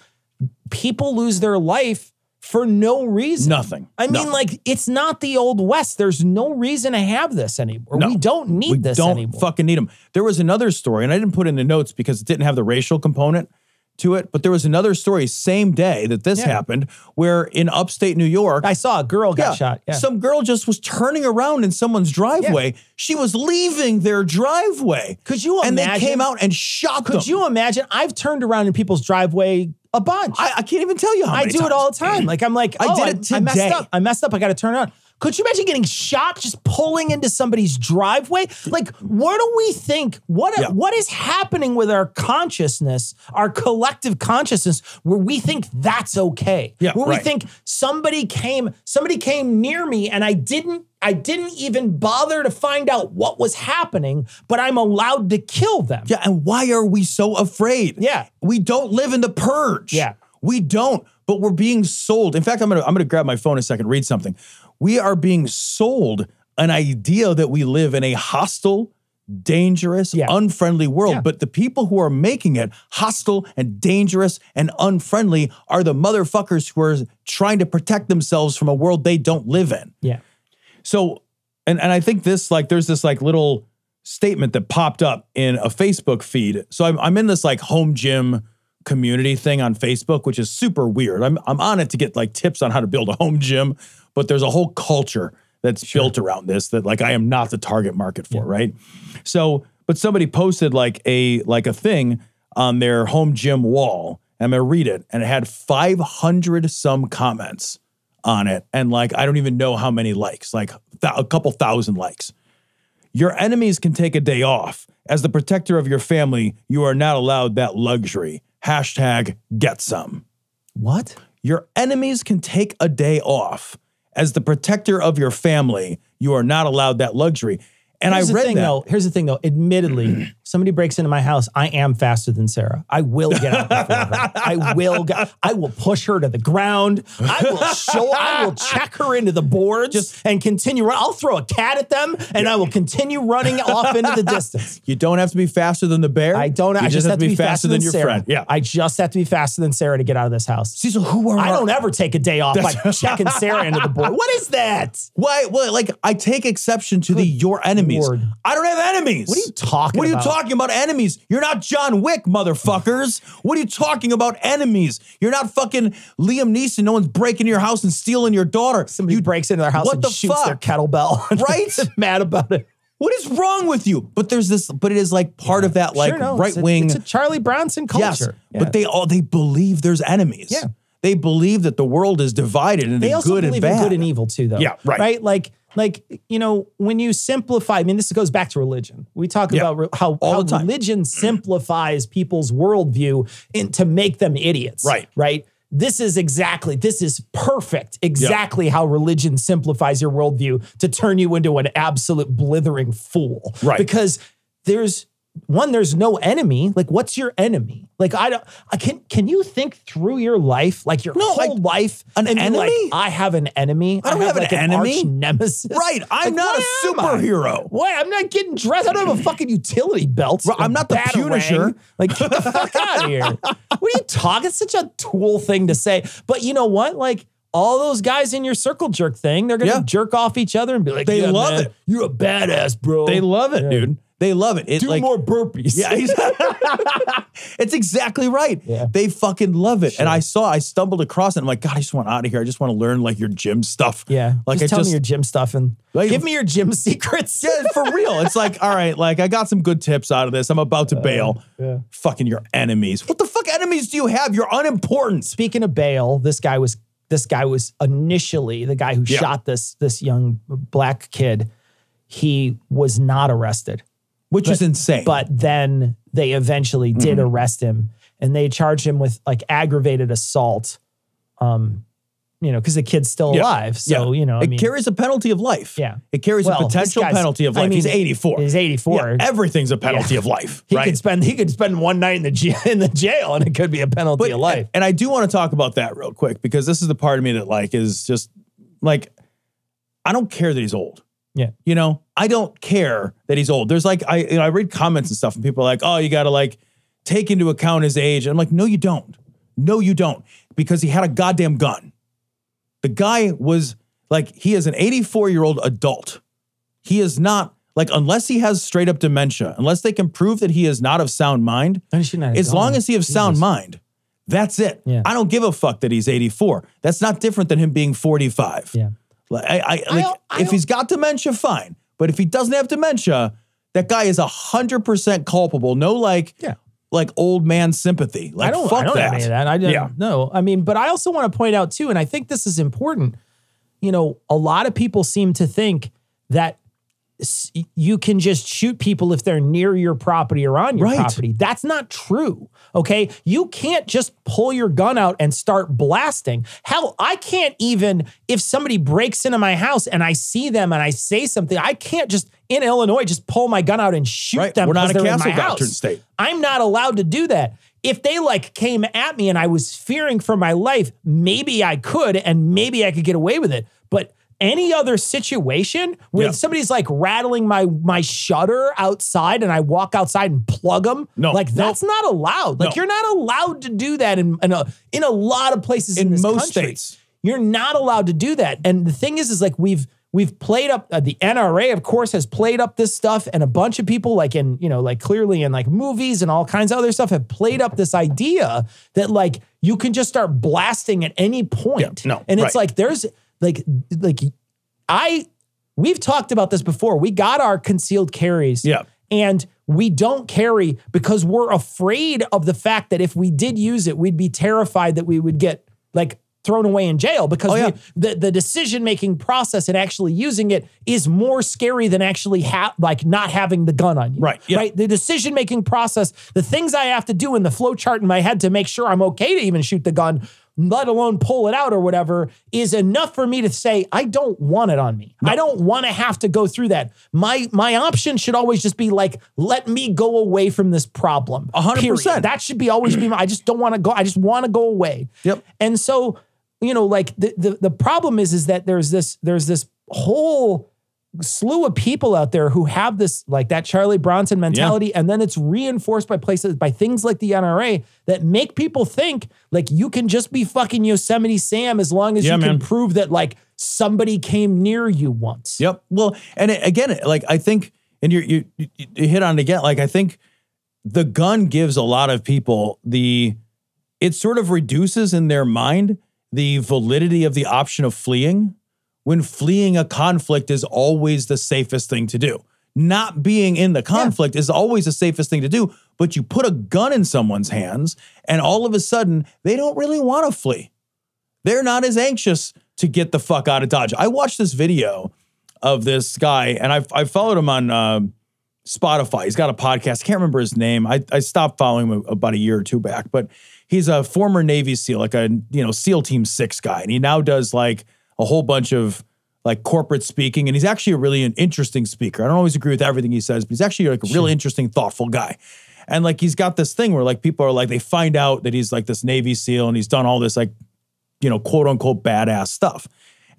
people lose their life for no reason.
Nothing.
I mean,
Nothing.
like, it's not the old West. There's no reason to have this anymore.
No.
we don't need
we
this
don't
anymore.
fucking need them. There was another story, and I didn't put it in the notes because it didn't have the racial component to it. But there was another story same day that this happened, where in upstate New York,
I saw a girl got
Yeah,
shot. Yeah.
some girl just was turning around in someone's driveway. She was leaving their driveway.
Could you
And they
imagine-
came out and shot them.
Could you imagine? I've turned around in people's driveway a bunch.
I, I can't even tell you how
I
many
do it
times.
all the time. Like I'm like,
I
oh,
did
I,
it
I messed
today.
up. I messed up. I got to turn around. Could you imagine getting shot just pulling into somebody's driveway? Like, where do we think? What
Yeah.
what is happening with our consciousness, our collective consciousness, where we think that's okay?
Yeah,
where
right.
we think somebody came, somebody came near me, and I didn't, I didn't even bother to find out what was happening, but I'm allowed to kill them.
Yeah, and why are we so afraid?
Yeah.
We don't live in the purge.
Yeah.
We don't, but we're being sold. In fact, I'm gonna I'm gonna grab my phone in a second, read something. We are being sold an idea that we live in a hostile, dangerous,
Yeah.
unfriendly world.
Yeah.
But the people who are making it hostile and dangerous and unfriendly are the motherfuckers who are trying to protect themselves from a world they don't live in.
yeah.
So, and and I think this like there's this like little statement that popped up in a Facebook feed. So I'm I'm in this like home gym community thing on Facebook, which is super weird. I'm I'm on it to get like tips on how to build a home gym, but there's a whole culture that's built around this that like I am not the target market for, right? So, but somebody posted like a like a thing on their home gym wall. and I'm gonna read it, and it had 500 some comments on it and like I don't even know how many likes, like th- a couple thousand likes. Your enemies can take a day off. As the protector of your family, you are not allowed that luxury. Hashtag get some.
What?
Your enemies can take a day off. As the protector of your family, you are not allowed that luxury. And
Here's
I
the
read
thing,
that.
Though, here's the thing, though. Admittedly, somebody breaks into my house. I am faster than Sarah. I will get out before her. I will. Get, I will push her to the ground. I will show. I will check her into the boards and continue. run- I'll throw a cat at them, and I will continue running off into the distance.
You don't have to be faster than the bear.
I don't.
You
I just have to be faster, than,
your
Sarah.
friend. Yeah.
I just have to be faster than Sarah to get out of this house.
Cecil, who are
I
our-
don't ever take a day off by checking Sarah into the board. What is that?
Why? Well, like I take exception to the your enemies.
Lord.
I don't have enemies.
What are you talking
What are you
about?
talking about enemies? You're not John Wick, motherfuckers. what are you talking about enemies? You're not fucking Liam Neeson. No one's breaking your house and stealing your daughter.
Somebody
you,
breaks into their house
What
and
the
shoots their
fuck?
kettlebell.
Right?
Mad about it.
what is wrong with you? But there's this. But it is like part of that like
Sure, no, it's
right
a-
wing.
It's a Charlie Bronson culture.
Yes,
Yeah.
but they all they believe there's enemies.
Yeah.
They believe that the world is divided into
they also
good and
believe
bad.
in good and evil too, though.
Yeah, right.
Right, like, like you know, when you simplify, I mean, this goes back to religion. We talk
Yeah.
about re- how,
All
how
the time.
religion simplifies people's worldview in, to make them idiots.
Right.
right. This is exactly this is perfect. Exactly how religion simplifies your worldview to turn you into an absolute blithering fool.
Right.
because there's one there's no enemy like what's your enemy like i don't i can can you think through your life like your
No,
whole
like,
life
an
and be like,
enemy?
I have an enemy.
I don't have an
like
enemy.
arch nemesis.
Right. I'm not a
what am I?
superhero.
What? I'm not getting dressed. I don't have a fucking utility belt.
Right,
or
I'm not the
batarang.
Punisher.
Like, get the fuck out of here. What are you talking? It's such a tool thing to say. But you know what? Like, all those guys in your circle jerk thing, they're gonna
Yeah.
jerk off each other and be like,
They
"Yeah,
love
man,
it.
You're a badass, bro.
They love it,
Yeah.
dude. They love it. It's
Do
like
more burpees.
Yeah, he's- it's exactly right.
Yeah.
They fucking love it. And I saw, I stumbled across it. I'm like, God, I just want out of here. I just want to learn like your gym stuff.
yeah.
like
just
I
tell
just
me your gym stuff and
Like-
give me your gym secrets.
yeah, for real. It's like, all right, like I got some good tips out of this. I'm about
Uh,
to bail. Fucking your enemies. What the fuck enemies do you have? You're unimportant.
speaking of bail, this guy was this guy was initially the guy who
Yeah.
shot this this young black kid. He was not arrested,
Which is insane.
but then they eventually did
Mm-hmm.
arrest him, and they charged him with like aggravated assault. Um, you know, because the kid's still
Yeah.
alive, so you know, I
it
mean,
carries a penalty of life.
Yeah.
It carries
Well,
a
this
potential
guy's-
penalty of
I
life. he's
mean,
84.
he's 84.
Yeah, everything's a penalty of life.
he
right?
could spend he could spend one night in the jail, in the jail, and it could be a penalty of life.
And I do want to talk about that real quick because this is the part of me that like is just like I don't care that he's old.
Yeah.
You know, I don't care that he's old. There's like I you know, I read comments and stuff and people are like, "Oh, you got to like take into account his age." I'm like, "No, you don't. No, you don't." Because he had a goddamn gun. The guy was like he is an 84-year-old adult. He is not like unless he has straight up dementia, unless they can prove that he is not of sound mind,
No, he shouldn't have
as
gone.
long as he has sound mind, that's it.
Yeah.
I don't give a fuck that he's 84. That's not different than him being 45.
Yeah.
Like, I, I,
I
like,
don't- I
if he's got dementia, fine. But if he doesn't have dementia, that guy is 100% culpable. No, like,
Yeah.
like old man sympathy. Like,
I don't,
fuck
I don't
that.
have any of that. I don't
Yeah.
know. I mean, but I also want to point out too, and I think this is important. You know, a lot of people seem to think that s- you can just shoot people if they're near your property or on your
Right.
property. That's not true. Okay. You can't just pull your gun out and start blasting. Hell, I can't even, if somebody breaks into my house and I see them and I say something, I can't just in Illinois just pull my gun out and shoot
Right.
them.
We're not
'cause
a
they're in
castle
my
doctrine
house.
state.
I'm not allowed to do that. If they like came at me and I was fearing for my life, maybe I could and maybe I could get away with it. But any other situation where
Yeah.
somebody's like rattling my my shutter outside and I walk outside and plug them,
No.
like
Nope.
that's not allowed. Like
No.
you're not allowed to do that in in a, in a lot of places in,
In
this
most
country.
states.
You're not allowed to do that. And the thing is, is like we've we've played up uh, the NRA, of course, has played up this stuff, and a bunch of people, like in you know, like clearly in like movies and all kinds of other stuff, have played up this idea that like you can just start blasting at any point.
no,
and it's
right.
like there's like like I we've talked about this before. We got our concealed carries.
Yeah.
And we don't carry because we're afraid of the fact that if we did use it, we'd be terrified that we would get like thrown away in jail because
Oh, yeah.
we, the, the decision making process and actually using it is more scary than actually ha- like not having the gun on you.
Right, yeah.
Right. The decision making process, the things I have to do in the flow chart in my head to make sure I'm okay to even shoot the gun, let alone pull it out or whatever, is enough for me to say, I don't want it on me. I don't want to have to go through that. My my option should always just be like, let me go away from this problem.
A hundred
period.
percent.
That should be always be my I just don't want to go. I just want to go away.
Yep.
And so, you know, like the, the the problem is is that there's this there's this whole slew of people out there who have this like that Charlie Bronson mentality, and then it's reinforced by places by things like the NRA that make people think like you can just be fucking Yosemite Sam as long as
Yeah,
you
man.
can prove that like somebody came near you once.
Yep. Well, and it- again, like I think, and you you you you hit on it again. Like I think the gun gives a lot of people the it sort of reduces in their mind the validity of the option of fleeing when fleeing a conflict is always the safest thing to do. Not being in the conflict is always the safest thing to do, but you put a gun in someone's hands and all of a sudden they don't really want to flee. They're not as anxious to get the fuck out of Dodge. I watched this video of this guy, and I've, i followed him on uh, Spotify. He's got a podcast. I can't remember his name. I, I stopped following him about a year or two back, but he's a former Navy SEAL, like a you know SEAL Team Six guy, and he now does like a whole bunch of like corporate speaking, and he's actually a really an interesting speaker. I don't always agree with everything he says, but he's actually like a really interesting, thoughtful guy. And like he's got this thing where like people are like they find out that he's like this Navy SEAL and he's done all this like you know, quote unquote badass stuff.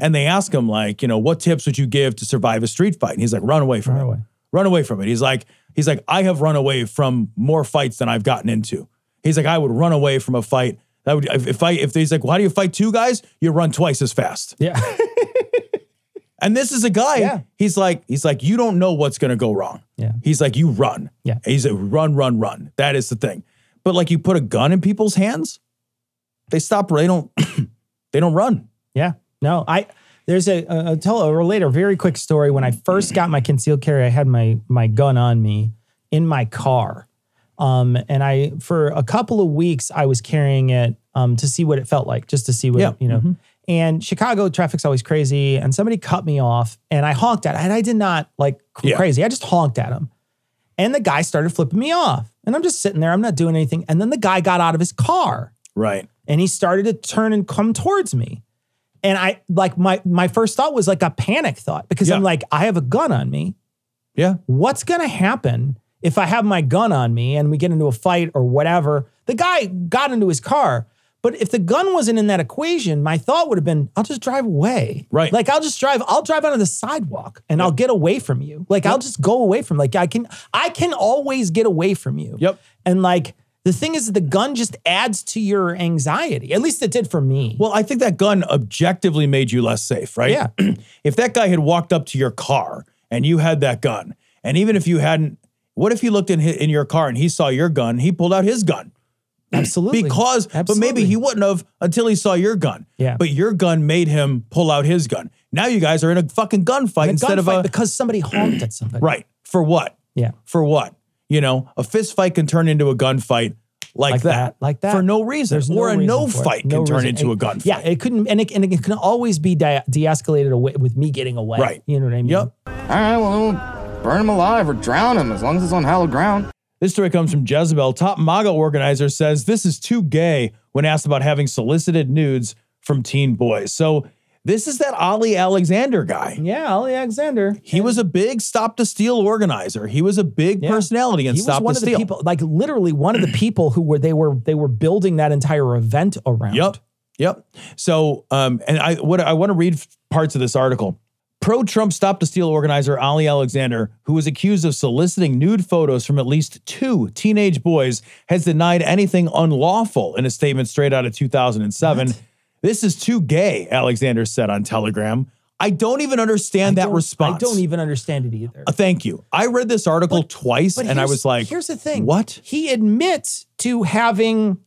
And they ask him, like, you know, what tips would you give to survive a street fight? And he's like, run away from it. Run away from it. He's like, he's like, I have run away from more fights than I've gotten into. He's like, I would run away from a fight. That would if if I if he's like, why do you fight two guys? You run twice as fast.
Yeah.
And this is a guy,
Yeah.
he's like, he's like, you don't know what's gonna go wrong.
Yeah.
He's like, you run.
Yeah.
And he's like, run, run, run. That is the thing. But like you put a gun in people's hands, they stop, they don't they don't run.
Yeah. No, I there's a, a I'll tell a later very quick story. When I first got my concealed carry, I had my my gun on me in my car, um, and I for a couple of weeks I was carrying it um, to see what it felt like, just to see what
Yeah. Mm-hmm.
you know. And Chicago traffic's always crazy, and somebody cut me off, and I honked at it. And I did not like cr-
Yeah.
crazy. I just honked at him, and the guy started flipping me off. And I'm just sitting there, I'm not doing anything. And then the guy got out of his car
Right.
and he started to turn and come towards me. And I like my my first thought was like a panic thought because I'm
Yeah.
like I have a gun on me.
Yeah.
What's going to happen if I have my gun on me and we get into a fight or whatever? The guy got into his car, but if the gun wasn't in that equation, my thought would have been I'll just drive away.
Right.
Like I'll just drive I'll drive onto the sidewalk and I'll get away from you. Like I'll just go away from like I can I can always get away from you.
Yep.
And like the thing is, the gun just adds to your anxiety. At least it did for me.
Well, I think that gun objectively made you less safe, right?
Yeah.
if that guy had walked up to your car and you had that gun, and even if you hadn't, what if he looked in hi- in your car and he saw your gun, he pulled out his gun
absolutely.
because, but
Absolutely.
maybe he wouldn't have until he saw your gun.
Yeah.
But your gun made him pull out his gun. Now you guys are in a fucking gunfight
a
instead of
gunfight
a
because somebody honked at somebody.
right for what?
Yeah.
For what? You know, a fist fight can turn into a gunfight like,
Like that, like that.
for no reason,
There's
or a
reason
no
for it.
fight
No
can turn
reason.
into a
And-
gunfight.
Yeah, it couldn't, and it, and it can always be de- de-escalated away with me getting away.
Right.
You know what I mean?
Yep.
All right, well, then we'll burn him alive or drown him as long as it's on hallowed ground.
This story comes from Jezebel. Top MAGA organizer says this is too gay when asked about having solicited nudes from teen boys. So this is that Ollie Alexander guy.
Yeah, Ollie Alexander.
He was a big Stop to Steal organizer. He was a big personality and
He was
Stop
one
to
of the
Steal.
people, like literally one of the people who were they were they were building that entire event around.
Yep. Yep. So, um, and I what I want to read parts of this article. Pro Trump Stop to Steal organizer Ali Alexander, who was accused of soliciting nude photos from at least two teenage boys, has denied anything unlawful in a statement straight out of 2007. This is too gay, Alexander said on Telegram. I don't even understand that
Don't-
response.
I don't even understand it either.
Uh, Thank you. I read this article twice
But
and I
here's-
was like,
here's the thing.
What?
He admits to having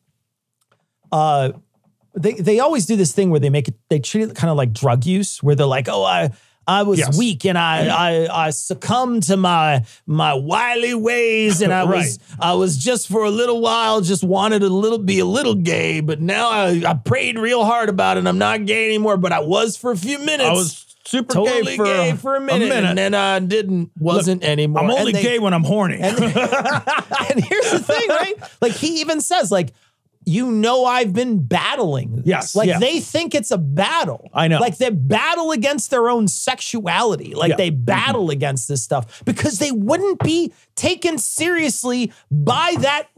uh they they always do this thing where they make it they treat it kind of like drug use where they're like, "Oh, I I was
Yes. Mm-hmm.
weak and I, I I succumbed to my my wily ways and I was I was just for a little while just wanted a little be a little gay but now I, I prayed real hard about it and I'm not gay anymore but I was for a few minutes
I was super
totally
gay for,
gay for a minute, and then I didn't wasn't anymore
I'm
And
only
they-
gay when I'm horny.
and here's the thing, right? Like he even says, like, you know, I've been battling. This.
Yes,
Like
yeah.
they think it's a battle.
I know.
Like they battle against their own sexuality. Like
Yeah. Mm-hmm.
they battle against this stuff because they wouldn't be taken seriously by that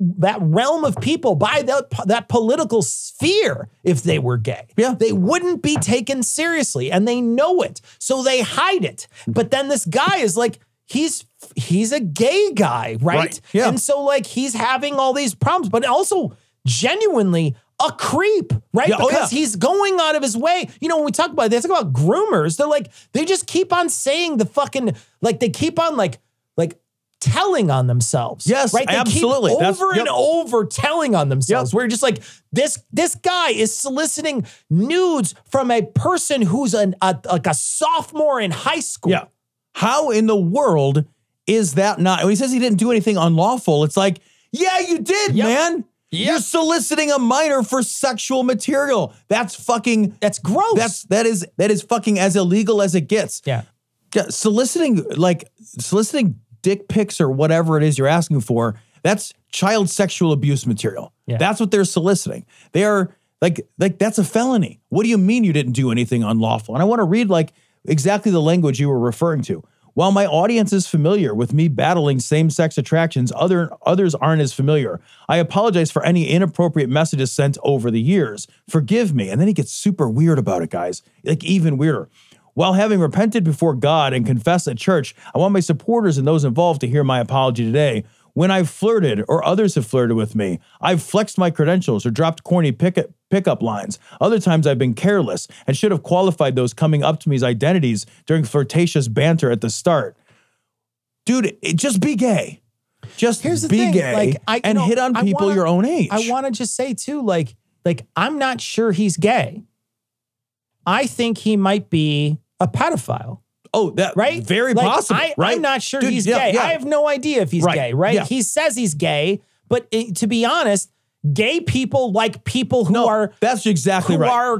that realm of people, by that that political sphere if they were gay.
Yeah.
They wouldn't be taken seriously and they know it. So they hide it. But then this guy is like he's he's a gay guy, right?
Right. Yeah.
And so like he's having all these problems, but also genuinely a creep, right?
Yeah, oh,
because
yeah.
he's going out of his way. You know, when we talk about they talk about groomers, they're like, they just keep on saying the fucking like they keep on like like telling on themselves.
Yes,
Right. They
absolutely.
Keep
That's-
over and
yep.
over telling on themselves. We're just like, this this guy is soliciting nudes from a person who's an a, like a sophomore in high school.
Yeah. How in the world is that not? When he says he didn't do anything unlawful, it's like, yeah, you did,
Yep.
man. You're soliciting a minor for sexual material. That's fucking
That's gross.
that's that is that is fucking as illegal as it gets.
yeah.
Yeah, soliciting like soliciting dick pics or whatever it is you're asking for that's child sexual abuse material
Yeah.
that's what they're soliciting they are like like that's a felony what do you mean you didn't do anything unlawful and i want to read like exactly the language you were referring to while my audience is familiar with me battling same-sex attractions other others aren't as familiar i apologize for any inappropriate messages sent over the years forgive me and then he gets super weird about it guys like even weirder while having repented before God and confessed at church, I want my supporters and those involved to hear my apology today. When I've flirted or others have flirted with me, I've flexed my credentials or dropped corny picket pickup lines. Other times I've been careless and should have qualified those coming up to me's identities during flirtatious banter at the start. Dude, it- just be gay. Just
Here's the
be
thing,
gay
like, I- you
and
know,
hit on
I
people
wanna-
your own age.
I want to just say too, like, like I'm not sure he's gay. I think he might be a pedophile,
oh, that
right?
Very
Like,
possible.
I,
right?
I'm not sure
Dude,
he's
yeah,
gay.
yeah.
I have no idea if he's
Right,
gay, right?
yeah.
He says he's gay, but it- to be honest, gay people like people who
no,
are
that's exactly
who
right.
are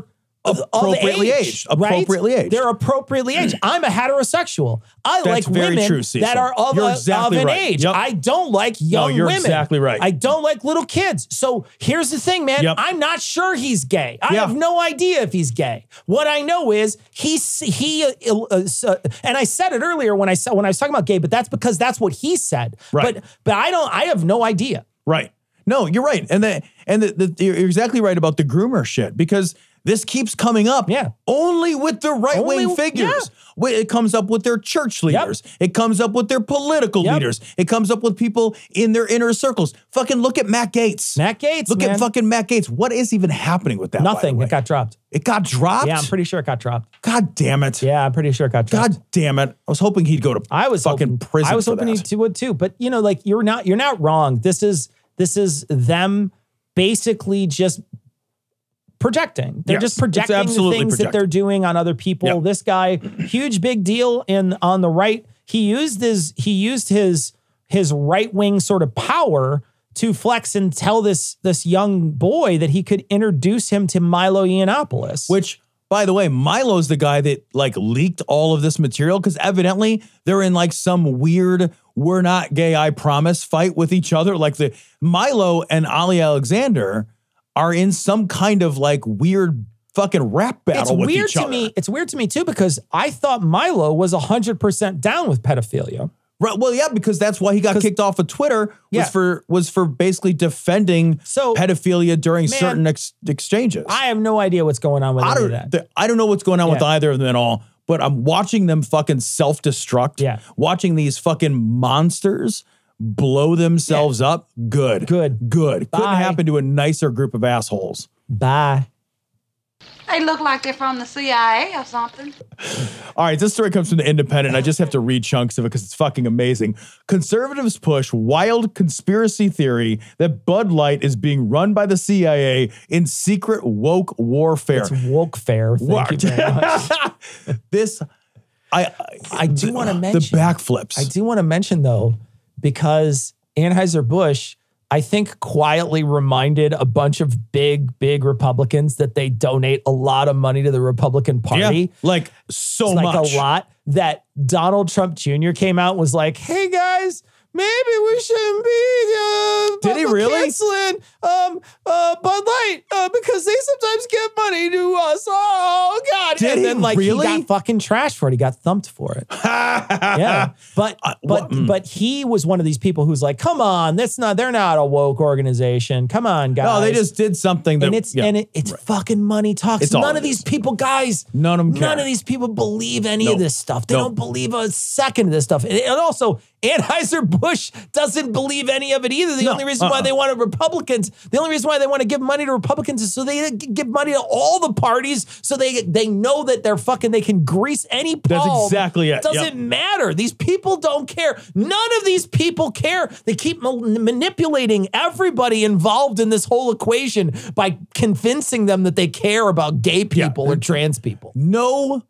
of- of
Appropriately
age,
aged.
right?
Appropriately aged. Mm.
They're appropriately aged. I'm a heterosexual. I
That's
like
very
women
true, Cecil.
that are of,
You're
a-
exactly
of an
right.
age.
Yep.
I don't like young
you're
women.
exactly right.
I don't like little kids. So here's the thing, man.
Yep.
I'm not sure he's gay. I
Yeah.
have no idea if he's gay. What I know is he's he uh, uh, uh, and I said it earlier when I said when I was talking about gay, but that's because that's what he said.
Right.
But but I don't. I have no idea.
Right. No, you're right. And the and the, the you're exactly right about the groomer shit because this keeps coming up.
Yeah.
Only with the right wing
Only-
figures.
yeah.
Wh- It comes up with their church leaders. It comes up with their political
Yep.
leaders. It comes up with people in their inner circles. Fucking look at Matt Gates.
Matt Gates.
Look
man.
at fucking Matt Gates. What is even happening with that? by the
nothing.
way?
It got dropped.
it got dropped.
Yeah, I'm pretty sure it got dropped.
God damn it.
Yeah, I'm pretty sure it got dropped.
God damn it. I was hoping he'd go to
I was
fucking
hoping,
prison.
I was
for
hoping
that.
he t- would too, but you know, like you're not you're not wrong. This is this is them basically just projecting. They're
Yes,
just
it's
projecting the things
absolutely
that they're
projecting.
doing on other people.
Yeah.
This guy, huge big deal in on the right. He used his he used his his right wing sort of power to flex and tell this this young boy that he could introduce him to Milo Yiannopoulos.
Which, by the way, Milo's the guy that like leaked all of this material because evidently they're in like some weird "we're not gay, I promise" fight with each other. Like the Milo and Ali Alexander are in some kind of like weird fucking rap battle
it's
with
weird
each
to
other.
me. It's weird to me too because I thought Milo was hundred percent down with pedophilia.
Right, well, yeah, because that's why he got kicked off of Twitter was
Yeah.
for was for basically defending
So-
pedophilia during
Man,
certain ex- exchanges.
I have no idea what's going on with
I
any
don't,
of that.
th- I don't know what's going on with
Yeah.
either of them at all, but I'm watching them fucking self destruct.
Yeah.
Watching these fucking monsters blow themselves up. Good.
Good.
Good. Couldn't
Bye.
happen to a nicer group of assholes.
Bye.
They look like they're from the CIA or something.
All right, this story comes from the Independent. and I just have to read chunks of it because it's fucking amazing. Conservatives push wild conspiracy theory that Bud Light is being run by the CIA in secret woke warfare.
It's woke fair. Thank
Worked.
you very much.
this, I,
I do wanna mention-
the backflips.
I do want to mention though, because Anheuser Busch, I think, quietly reminded a bunch of big, big Republicans that they donate a lot of money to the Republican Party.
Yeah, like so
like
much.
a lot that Donald Trump Jr. came out and was like, "Hey guys, maybe we shouldn't be uh,
Did he
public
really?
canceling um uh, Bud Light uh, because they sometimes give money to us." Oh God!
Did
and
he
then like
really?
he got fucking trashed for it. He got thumped for it. yeah, but
Uh,
but
mm.
but he was one of these people who's like, "Come on, that's not. They're not a woke organization. Come on, guys."
No, Oh, they just did something that
and it's
yeah.
and it, it's fucking money talks.
It's all
none
it
of these
is.
people, guys.
None of 'em
None
care.
of these people believe any
No.
of this stuff. They
No.
don't believe a second of this stuff. And, and also, Anheuser Busch doesn't believe any of it either. The
No.
only reason why
Uh-uh.
they want to Republicans, the only reason why they want to give money to Republicans is so they g- give money to all the parties, so they they know that they're fucking. They can grease any
That's
palm.
exactly it.
Doesn't
Yep.
matter. These people don't care. None of these people care. They keep ma- manipulating everybody involved in this whole equation by convincing them that they care about gay people or trans people.
no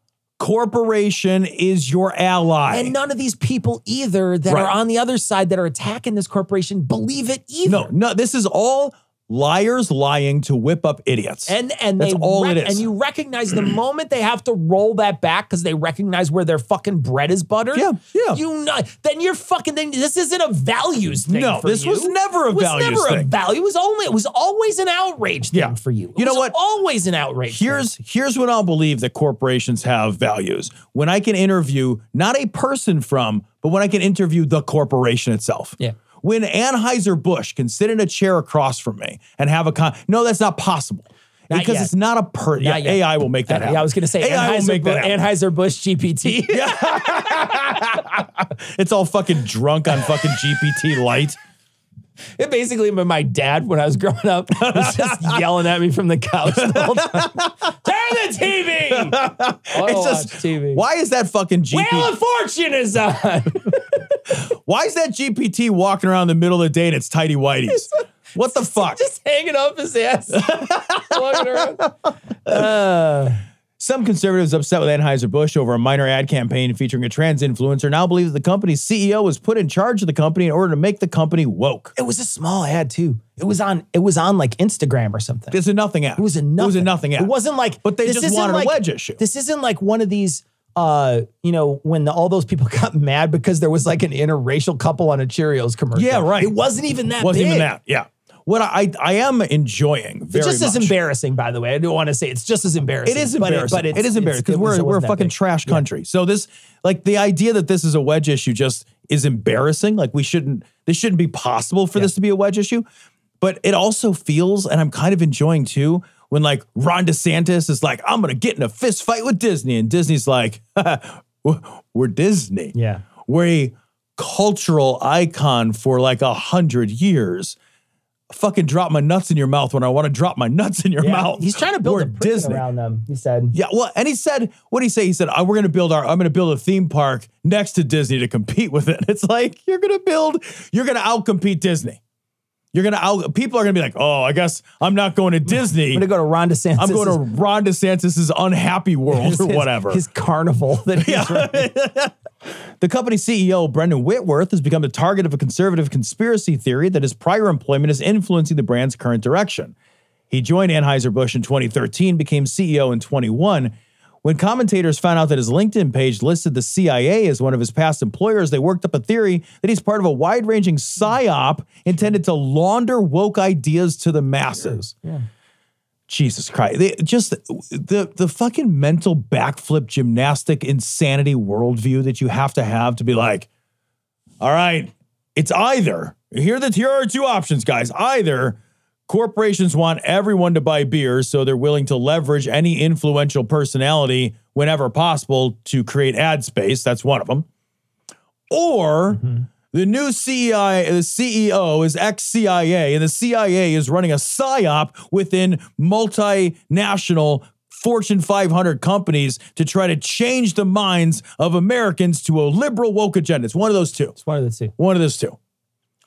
corporation is your ally.
And none of these people either that
Right.
are on the other side that are attacking this corporation believe it either.
no, no, this is all liars lying to whip up idiots.
And and
That's
they
all it
rec-
is.
And you recognize the moment they have to roll that back because they recognize where their fucking bread is buttered.
Yeah, yeah.
You know, then you're fucking. Then this isn't a values thing.
No,
for
this
you.
was never a
It was
values
never a
thing.
value. It was only. It was always an outrage thing
Yeah.
for you. It
You know
was
what?
Always an outrage. thing.
Here's here's when I'll believe that corporations have values. When I can interview not a person from, but when I can interview the corporation itself.
Yeah.
When Anheuser Busch can sit in a chair across from me and have a con, no, that's not possible
Not
because
yet.
it's not a per. Yeah,
Not yet.
AI will make that happen.
Yeah, I was gonna say
AI will
Anheuser,
make that happen.
Busch GPT.
It's all fucking drunk on fucking GPT light.
It basically, but my dad, when I was growing up, was just yelling at me from the couch the whole time. Turn the TV.
It's
watch
just
TV.
why is that fucking GPT?
Wheel of Fortune is
uh,
on.
Why is that GPT walking around in the middle of the day and it's tidy whiteys? What the fuck?
just hanging off his ass. Walking around.
Some conservatives upset with Anheuser-Busch over a minor ad campaign featuring a trans influencer now believe that the company's CEO was put in charge of the company in order to make the company woke.
it was a small ad too. It was on. It was on like Instagram or something.
It's a nothing ad.
It was a nothing.
It was a nothing ad.
It wasn't like.
But they
this
just
isn't
wanted
like,
a wedge issue.
This isn't like one of these. Uh, you know, when the, all those people got mad because there was like an interracial couple on a Cheerios commercial.
Yeah, right.
It wasn't even that.
wasn't even
big.
that. Yeah. What I I, I am enjoying very
It's just as
much.
embarrassing, by the way. I don't want to say it's just as embarrassing.
It is
but
embarrassing.
But,
But
it's,
it is embarrassing because we're we're a fucking
trash.
trash country. So this like the idea that this is a wedge issue just is embarrassing. Like we shouldn't. This shouldn't be possible for this to be a wedge issue. But it also feels, and I'm kind of enjoying too, when like Ron DeSantis is like, "I'm gonna get in a fist fight with Disney," and Disney's like, "We're- "We're Disney.
Yeah.
we're a cultural icon for like a hundred years." Fucking drop my nuts in your mouth when I want to drop my nuts in your mouth.
He's trying to build
We're
a prison around them. He said.
yeah, well, and he said, what did he say? He said, "Uh, "We're going to build our, I'm going to build a theme park next to Disney to compete with it." It's like you're going to build, you're going to outcompete Disney. You're going to out. People are going to be like, "Oh, I guess I'm not going to Disney.
I'm gonna go to Ron DeSantis.
I'm going to Ron DeSantis's unhappy world or whatever."
His, carnival that he's running.
The company's CEO, Brendan Whitworth, has become the target of a conservative conspiracy theory that his prior employment is influencing the brand's current direction. He joined Anheuser-Busch in 2013, became CEO in 21. When commentators found out that his LinkedIn page listed the CIA as one of his past employers, they worked up a theory that he's part of a wide-ranging psyop intended to launder woke ideas to the masses. Jesus Christ. They, just the the fucking mental backflip gymnastic insanity worldview that you have to have to be like, all right, it's either here are the here are two options, guys. Either corporations want everyone to buy beer, so they're willing to leverage any influential personality whenever possible to create ad space. That's one of them. Or the new CEI, the CEO is ex CIA, and the CIA is running a psyop within multinational Fortune 500 companies to try to change the minds of Americans to a liberal woke agenda. It's one of those two.
It's one of the two.
One of those two.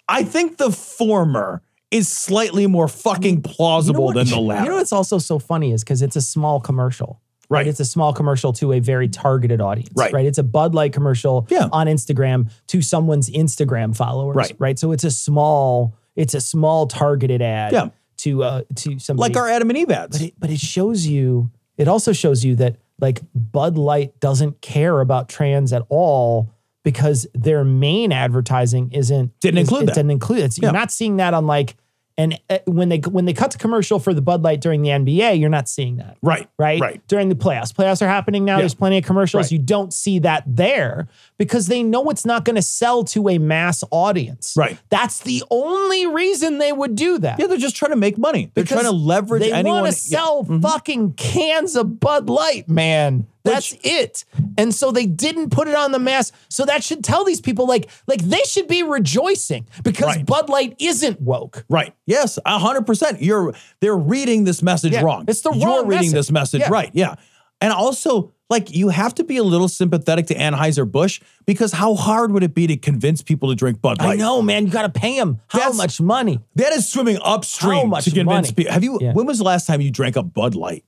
I think the former is slightly more fucking plausible than the latter.
You know what's also so funny is because it's a small commercial.
Right.
It's a small commercial to a very targeted audience.
Right.
It's a Bud Light commercial
Yeah.
on Instagram to someone's Instagram followers.
Right.
Right. So it's a small, it's a small targeted ad
Yeah.
to uh to somebody.
like our Adam and Eve ads.
but it, but it shows you it also shows you that like bud light doesn't care about trans at all because their main advertising isn't
Didn't
is-
include
it
that.
didn't include it's, you're
Yeah.
not seeing that on like and uh, when they when they cut the commercial for the bud light during the nba you're not seeing that
right.
right?
Right.
During the playoffs. Playoffs are happening now.
Yeah.
There's plenty of commercials.
Right.
You don't see that there because they know it's not going to sell to a mass audience.
Right.
That's the only reason they would do that.
Yeah, they're just trying to make money. They're
Because
trying to leverage
they
anyone.
want
yeah. Mm-hmm.
to sell fucking cans of Bud Light, man. That's it. And so they didn't put it on the mass. So that should tell these people like like they should be rejoicing because
Right.
Bud Light isn't woke.
Right. Yes, a hundred percent. You're they're reading this message
Yeah,
wrong.
it's the
You're
wrong
reading
message.
this message
Yeah.
right. Yeah. And also, like, you have to be a little sympathetic to Anheuser Busch because how hard would it be to convince people to drink Bud Light?
I know, man. You got to pay them how
That's-
much money?
That is swimming upstream
How much
to convince
money?
people. Have you?
Yeah.
When was the last time you drank a Bud Light?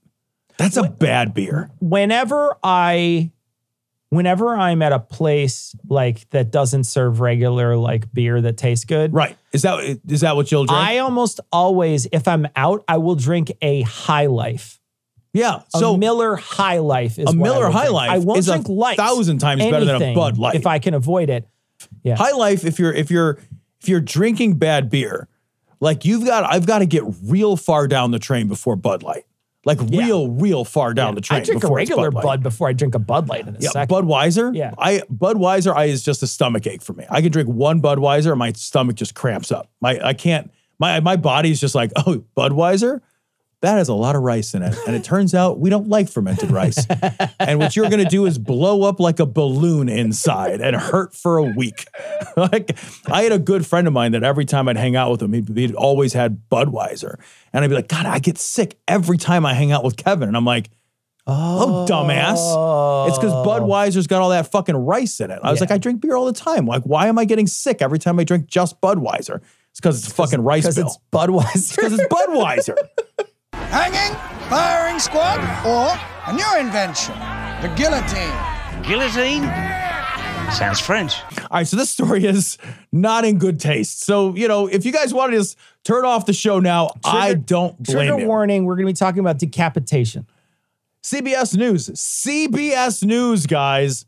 That's a bad beer.
whenever I whenever I'm at a place like that doesn't serve regular like beer that tastes good,
Right. Is that is that what you'll drink?
I almost always, if I'm out, I will drink a high life.
yeah.
A
So
Miller High Life is
A
what I
Miller
will
High
drink.
Life
I won't
is a
drink light.
thousand times better than a
anything,
Bud Light.
if I can avoid it. Yeah,
high life if you're if you're if you're drinking bad beer, like you've got I've got to get real far down the train before Bud Light. Like
Yeah.
real real far down the train.
I drink a
before it's
regular Bud,
Light.
before I drink a Bud Light in a
Yeah,
second.
Budweiser.
Yeah.
I Budweiser. I is just a stomach ache for me. I can drink one Budweiser, and my stomach just cramps up. My I can't. My my body's just like, oh, Budweiser. That has a lot of rice in it, and it turns out we don't like fermented rice. and what you're going to do is blow up like a balloon inside and hurt for a week. like I had a good friend of mine that every time I'd hang out with him, he'd, he'd always had Budweiser, and I'd be like, God, I get sick every time I hang out with Kevin, and I'm like. Oh, dumbass. It's because Budweiser's got all that fucking rice in it. I was
Oh. Yeah.
like, I drink beer all the time. Like, why am I getting sick every time I drink just Budweiser? It's because it's, a fucking rice
because
bill.
it's Budweiser.
Because it's, Budweiser.
Hanging, firing squad, or a new invention, the guillotine.
Guillotine? Sounds French.
all right, so this story is not in good taste. So, you know, if you guys want to just turn off the show now, I don't blame
Trigger
you.
warning: We're going to be talking about decapitation.
CBS News. CBS News, guys.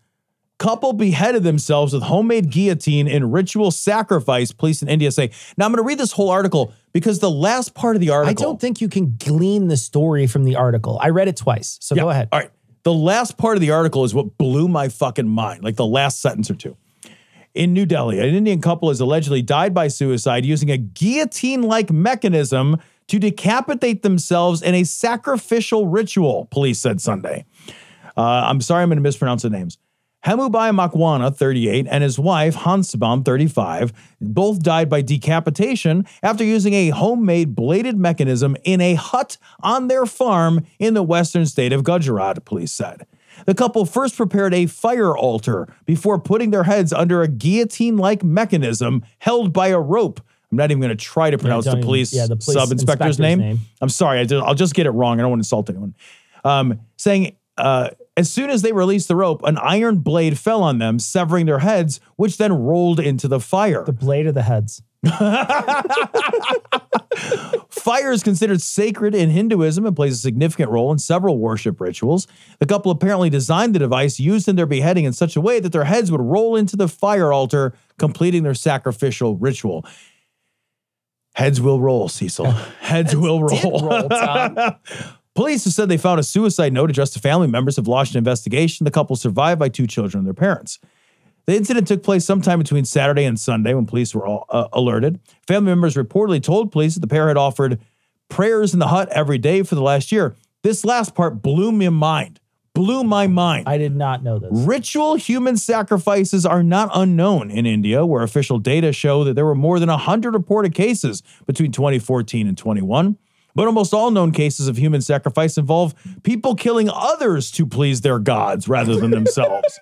Couple beheaded themselves with homemade guillotine in ritual sacrifice, police in India say. Now, I'm going to read this whole article because the last part of the article.
I don't think you can glean the story from the article. I read it twice, so go ahead.
All right. The last part of the article is what blew my fucking mind, like the last sentence or two. In New Delhi, an Indian couple has allegedly died by suicide using a guillotine like mechanism to decapitate themselves in a sacrificial ritual, police said Sunday. Uh, I'm sorry, I'm going to mispronounce the names. Hemubai Makwana, 38, and his wife, Hansabam, 35, both died by decapitation after using a homemade bladed mechanism in a hut on their farm in the western state of Gujarat, police said. The couple first prepared a fire altar before putting their heads under a guillotine like mechanism held by a rope. I'm not even going to try to pronounce
don't
the
even-
police,
yeah, the police
sub inspector's
inspector's
name.
name.
I'm sorry, I will just get it wrong. I don't want to insult anyone. Um, saying, uh, as soon as they released the rope, an iron blade fell on them, severing their heads, which then rolled into the fire.
The blade of the heads.
Fire is considered sacred in Hinduism and plays a significant role in several worship rituals. The couple apparently designed the device used in their beheading in such a way that their heads would roll into the fire altar, completing their sacrificial ritual. Heads will roll, Cecil. Heads will roll.
roll, Tom.
Police have said they found a suicide note addressed to family members of launched an investigation. The couple survived by two children and their parents. The incident took place sometime between Saturday and Sunday when police were all, uh, alerted. Family members reportedly told police that the pair had offered prayers in the hut every day for the last year. This last part blew my mind. Blew my mind.
I did not know this.
Ritual human sacrifices are not unknown in India, where official data show that there were more than 100 reported cases between 2014 and 21. But almost all known cases of human sacrifice involve people killing others to please their gods rather than themselves.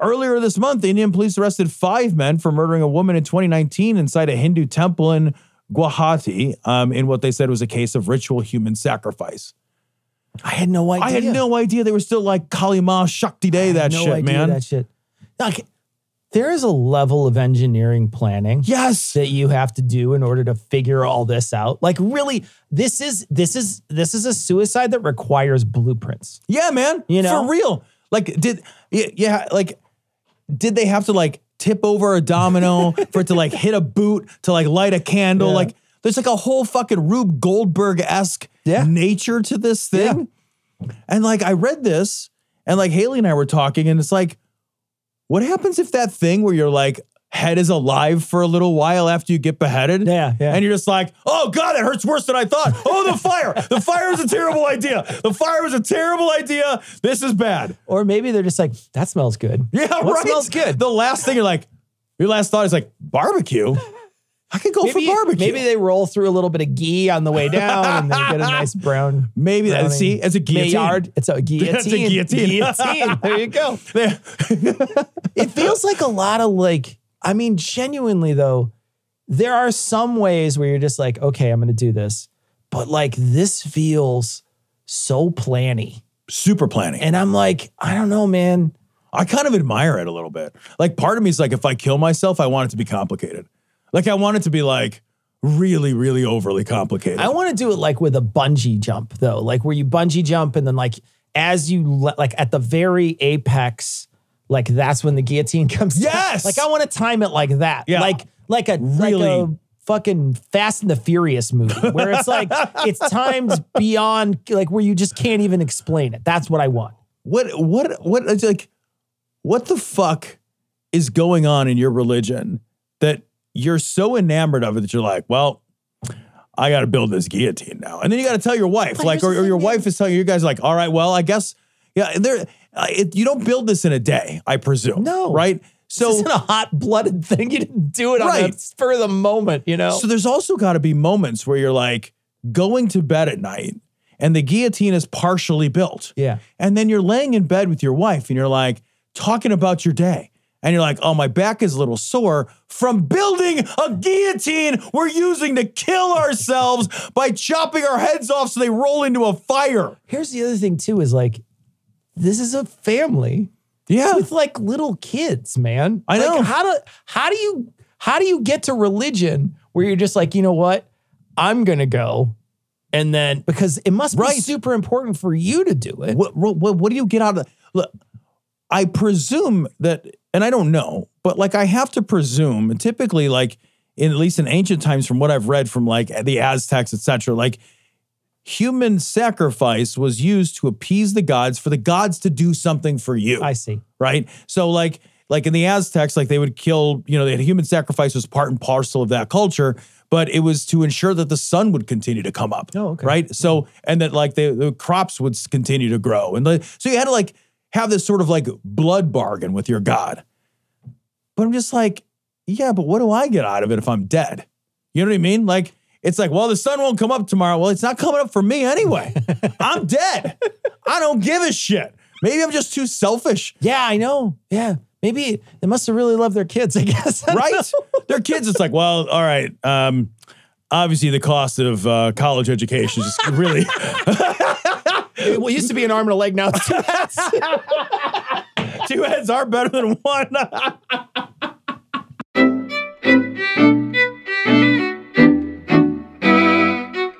Earlier this month, Indian police arrested five men for murdering a woman in 2019 inside a Hindu temple in Guwahati um, in what they said was a case of ritual human sacrifice.
I had no idea.
I had no idea they were still like Kalima Shakti Day that
no
shit,
idea
man.
That shit. Like, there is a level of engineering planning
Yes.
that you have to do in order to figure all this out. Like, really, this is this is this is a suicide that requires blueprints.
Yeah, man.
You know?
for real. Like, did y- yeah, like, did they have to like tip over a domino for it to like hit a boot to like light a candle?
Yeah.
Like, there's like a whole fucking Rube Goldberg esque
Yeah.
nature to this thing. And like, I read this, and like Haley and I were talking, and it's like, what happens if that thing where you're like. Head is alive for a little while after you get beheaded.
Yeah, yeah.
And you're just like, oh God, it hurts worse than I thought. Oh, the fire. The fire is a terrible idea. The fire is a terrible idea. This is bad.
Or maybe they're just like, that smells good.
Yeah,
What
right.
Smells good.
The last thing you're like, your last thought is like, barbecue? I could go
maybe,
for barbecue.
maybe they roll through a little bit of ghee on the way down and they get a nice brown.
Maybe that,
browning.
see, it's a guillotine.
Maillard. It's a guillotine.
That's a guillotine.
Guillotine. There you go.
They-
it feels like a lot of like i mean genuinely though there are some ways where you're just like okay i'm gonna do this but like this feels so planny
Super planning.
and i'm like i don't know man
I kind of admire it a little bit. Like part of me is like, if I kill myself, I want it to be complicated. Like I want it to be like really, really overly complicated.
I want to do it like with a bungee jump though, like where you bungee jump and then like as you le- like at the very apex, like that's when the guillotine comes. down.
Yes!
like I want to time it like that.
Yeah.
like like a
Really.
like a fucking Fast and the Furious movie where it's like it's timed beyond like where you just can't even explain it. That's what I want.
what what what it's like what the fuck is going on in your religion that you're so enamored of it that you're like well i gotta build this guillotine now and then you gotta tell your wife like or, or your wife is telling you, you guys like all right well i guess yeah there uh, it, you don't build this in a day i presume
No.
right
So,
so
this isn't a hot blooded thing. You didn't do it on the
Right.
spur of the moment, you know.
So there's also got to be moments where you're like going to bed at night and the guillotine is partially built.
Yeah.
And then you're laying in bed with your wife and you're like talking about your day. And you're like, oh, my back is a little sore from building a guillotine we're using to kill ourselves by chopping our heads off so they roll into a fire.
Here's the other thing too: is like this is a family.
Yeah.
with like little kids, man.
I
Like,
know.
how do how do you how do you get to religion where you're just like, you know what? I'm gonna go. And then because it must be
Right.
super important for you to do it.
What, what, what, what do you get out of Look, I presume that, and I don't know, but like I have to presume, and typically, like in at least in ancient times, from what I've read from like the Aztecs, etc., like human sacrifice was used to appease the gods for the gods to do something for you
I see.
right? So like like in the Aztecs, like they would kill, you know, the human sacrifice was part and parcel of that culture, but it was to ensure that the sun would continue to come up.
Oh, okay.
Right. So and that like the, the crops would s- continue to grow. And like, so you had to like have this sort of like blood bargain with your God. But I'm just like, yeah, but what do I get out of it if I'm dead? You know what I mean? Like it's like, well, the sun won't come up tomorrow. Well, it's not coming up for me anyway. I'm dead. I don't give a shit. Maybe I'm just too selfish.
Yeah, I know. Yeah. Maybe they must have really loved their kids, I guess. I don't
right?
know.
Their kids, it's like, well, all right. Um, obviously, the cost of uh, college education is just really.
It well, it used to be an arm and a leg now. it's two heads.
two heads are better than one.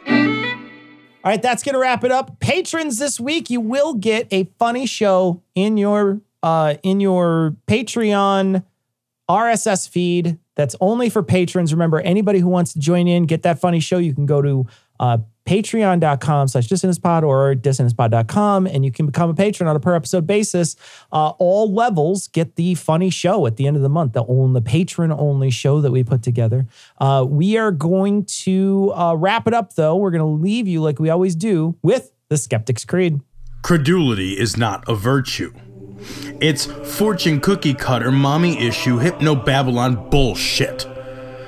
All right, that's gonna wrap it up. Patrons this week, you will get a funny show in your uh in your Patreon RSS feed. That's only for patrons. Remember, anybody who wants to join in, get that funny show. You can go to uh, patreon.com slash dissonancepod or dissonancepod.com and you can become a patron on a per episode basis. Uh, all levels get the funny show at the end of the month, the, on, the patron only show that we put together. Uh, we are going to uh, wrap it up though. We're going to leave you like we always do with the Skeptic's Creed.
Credulity is not a virtue. It's fortune cookie cutter, mommy issue, hypno Babylon bullshit.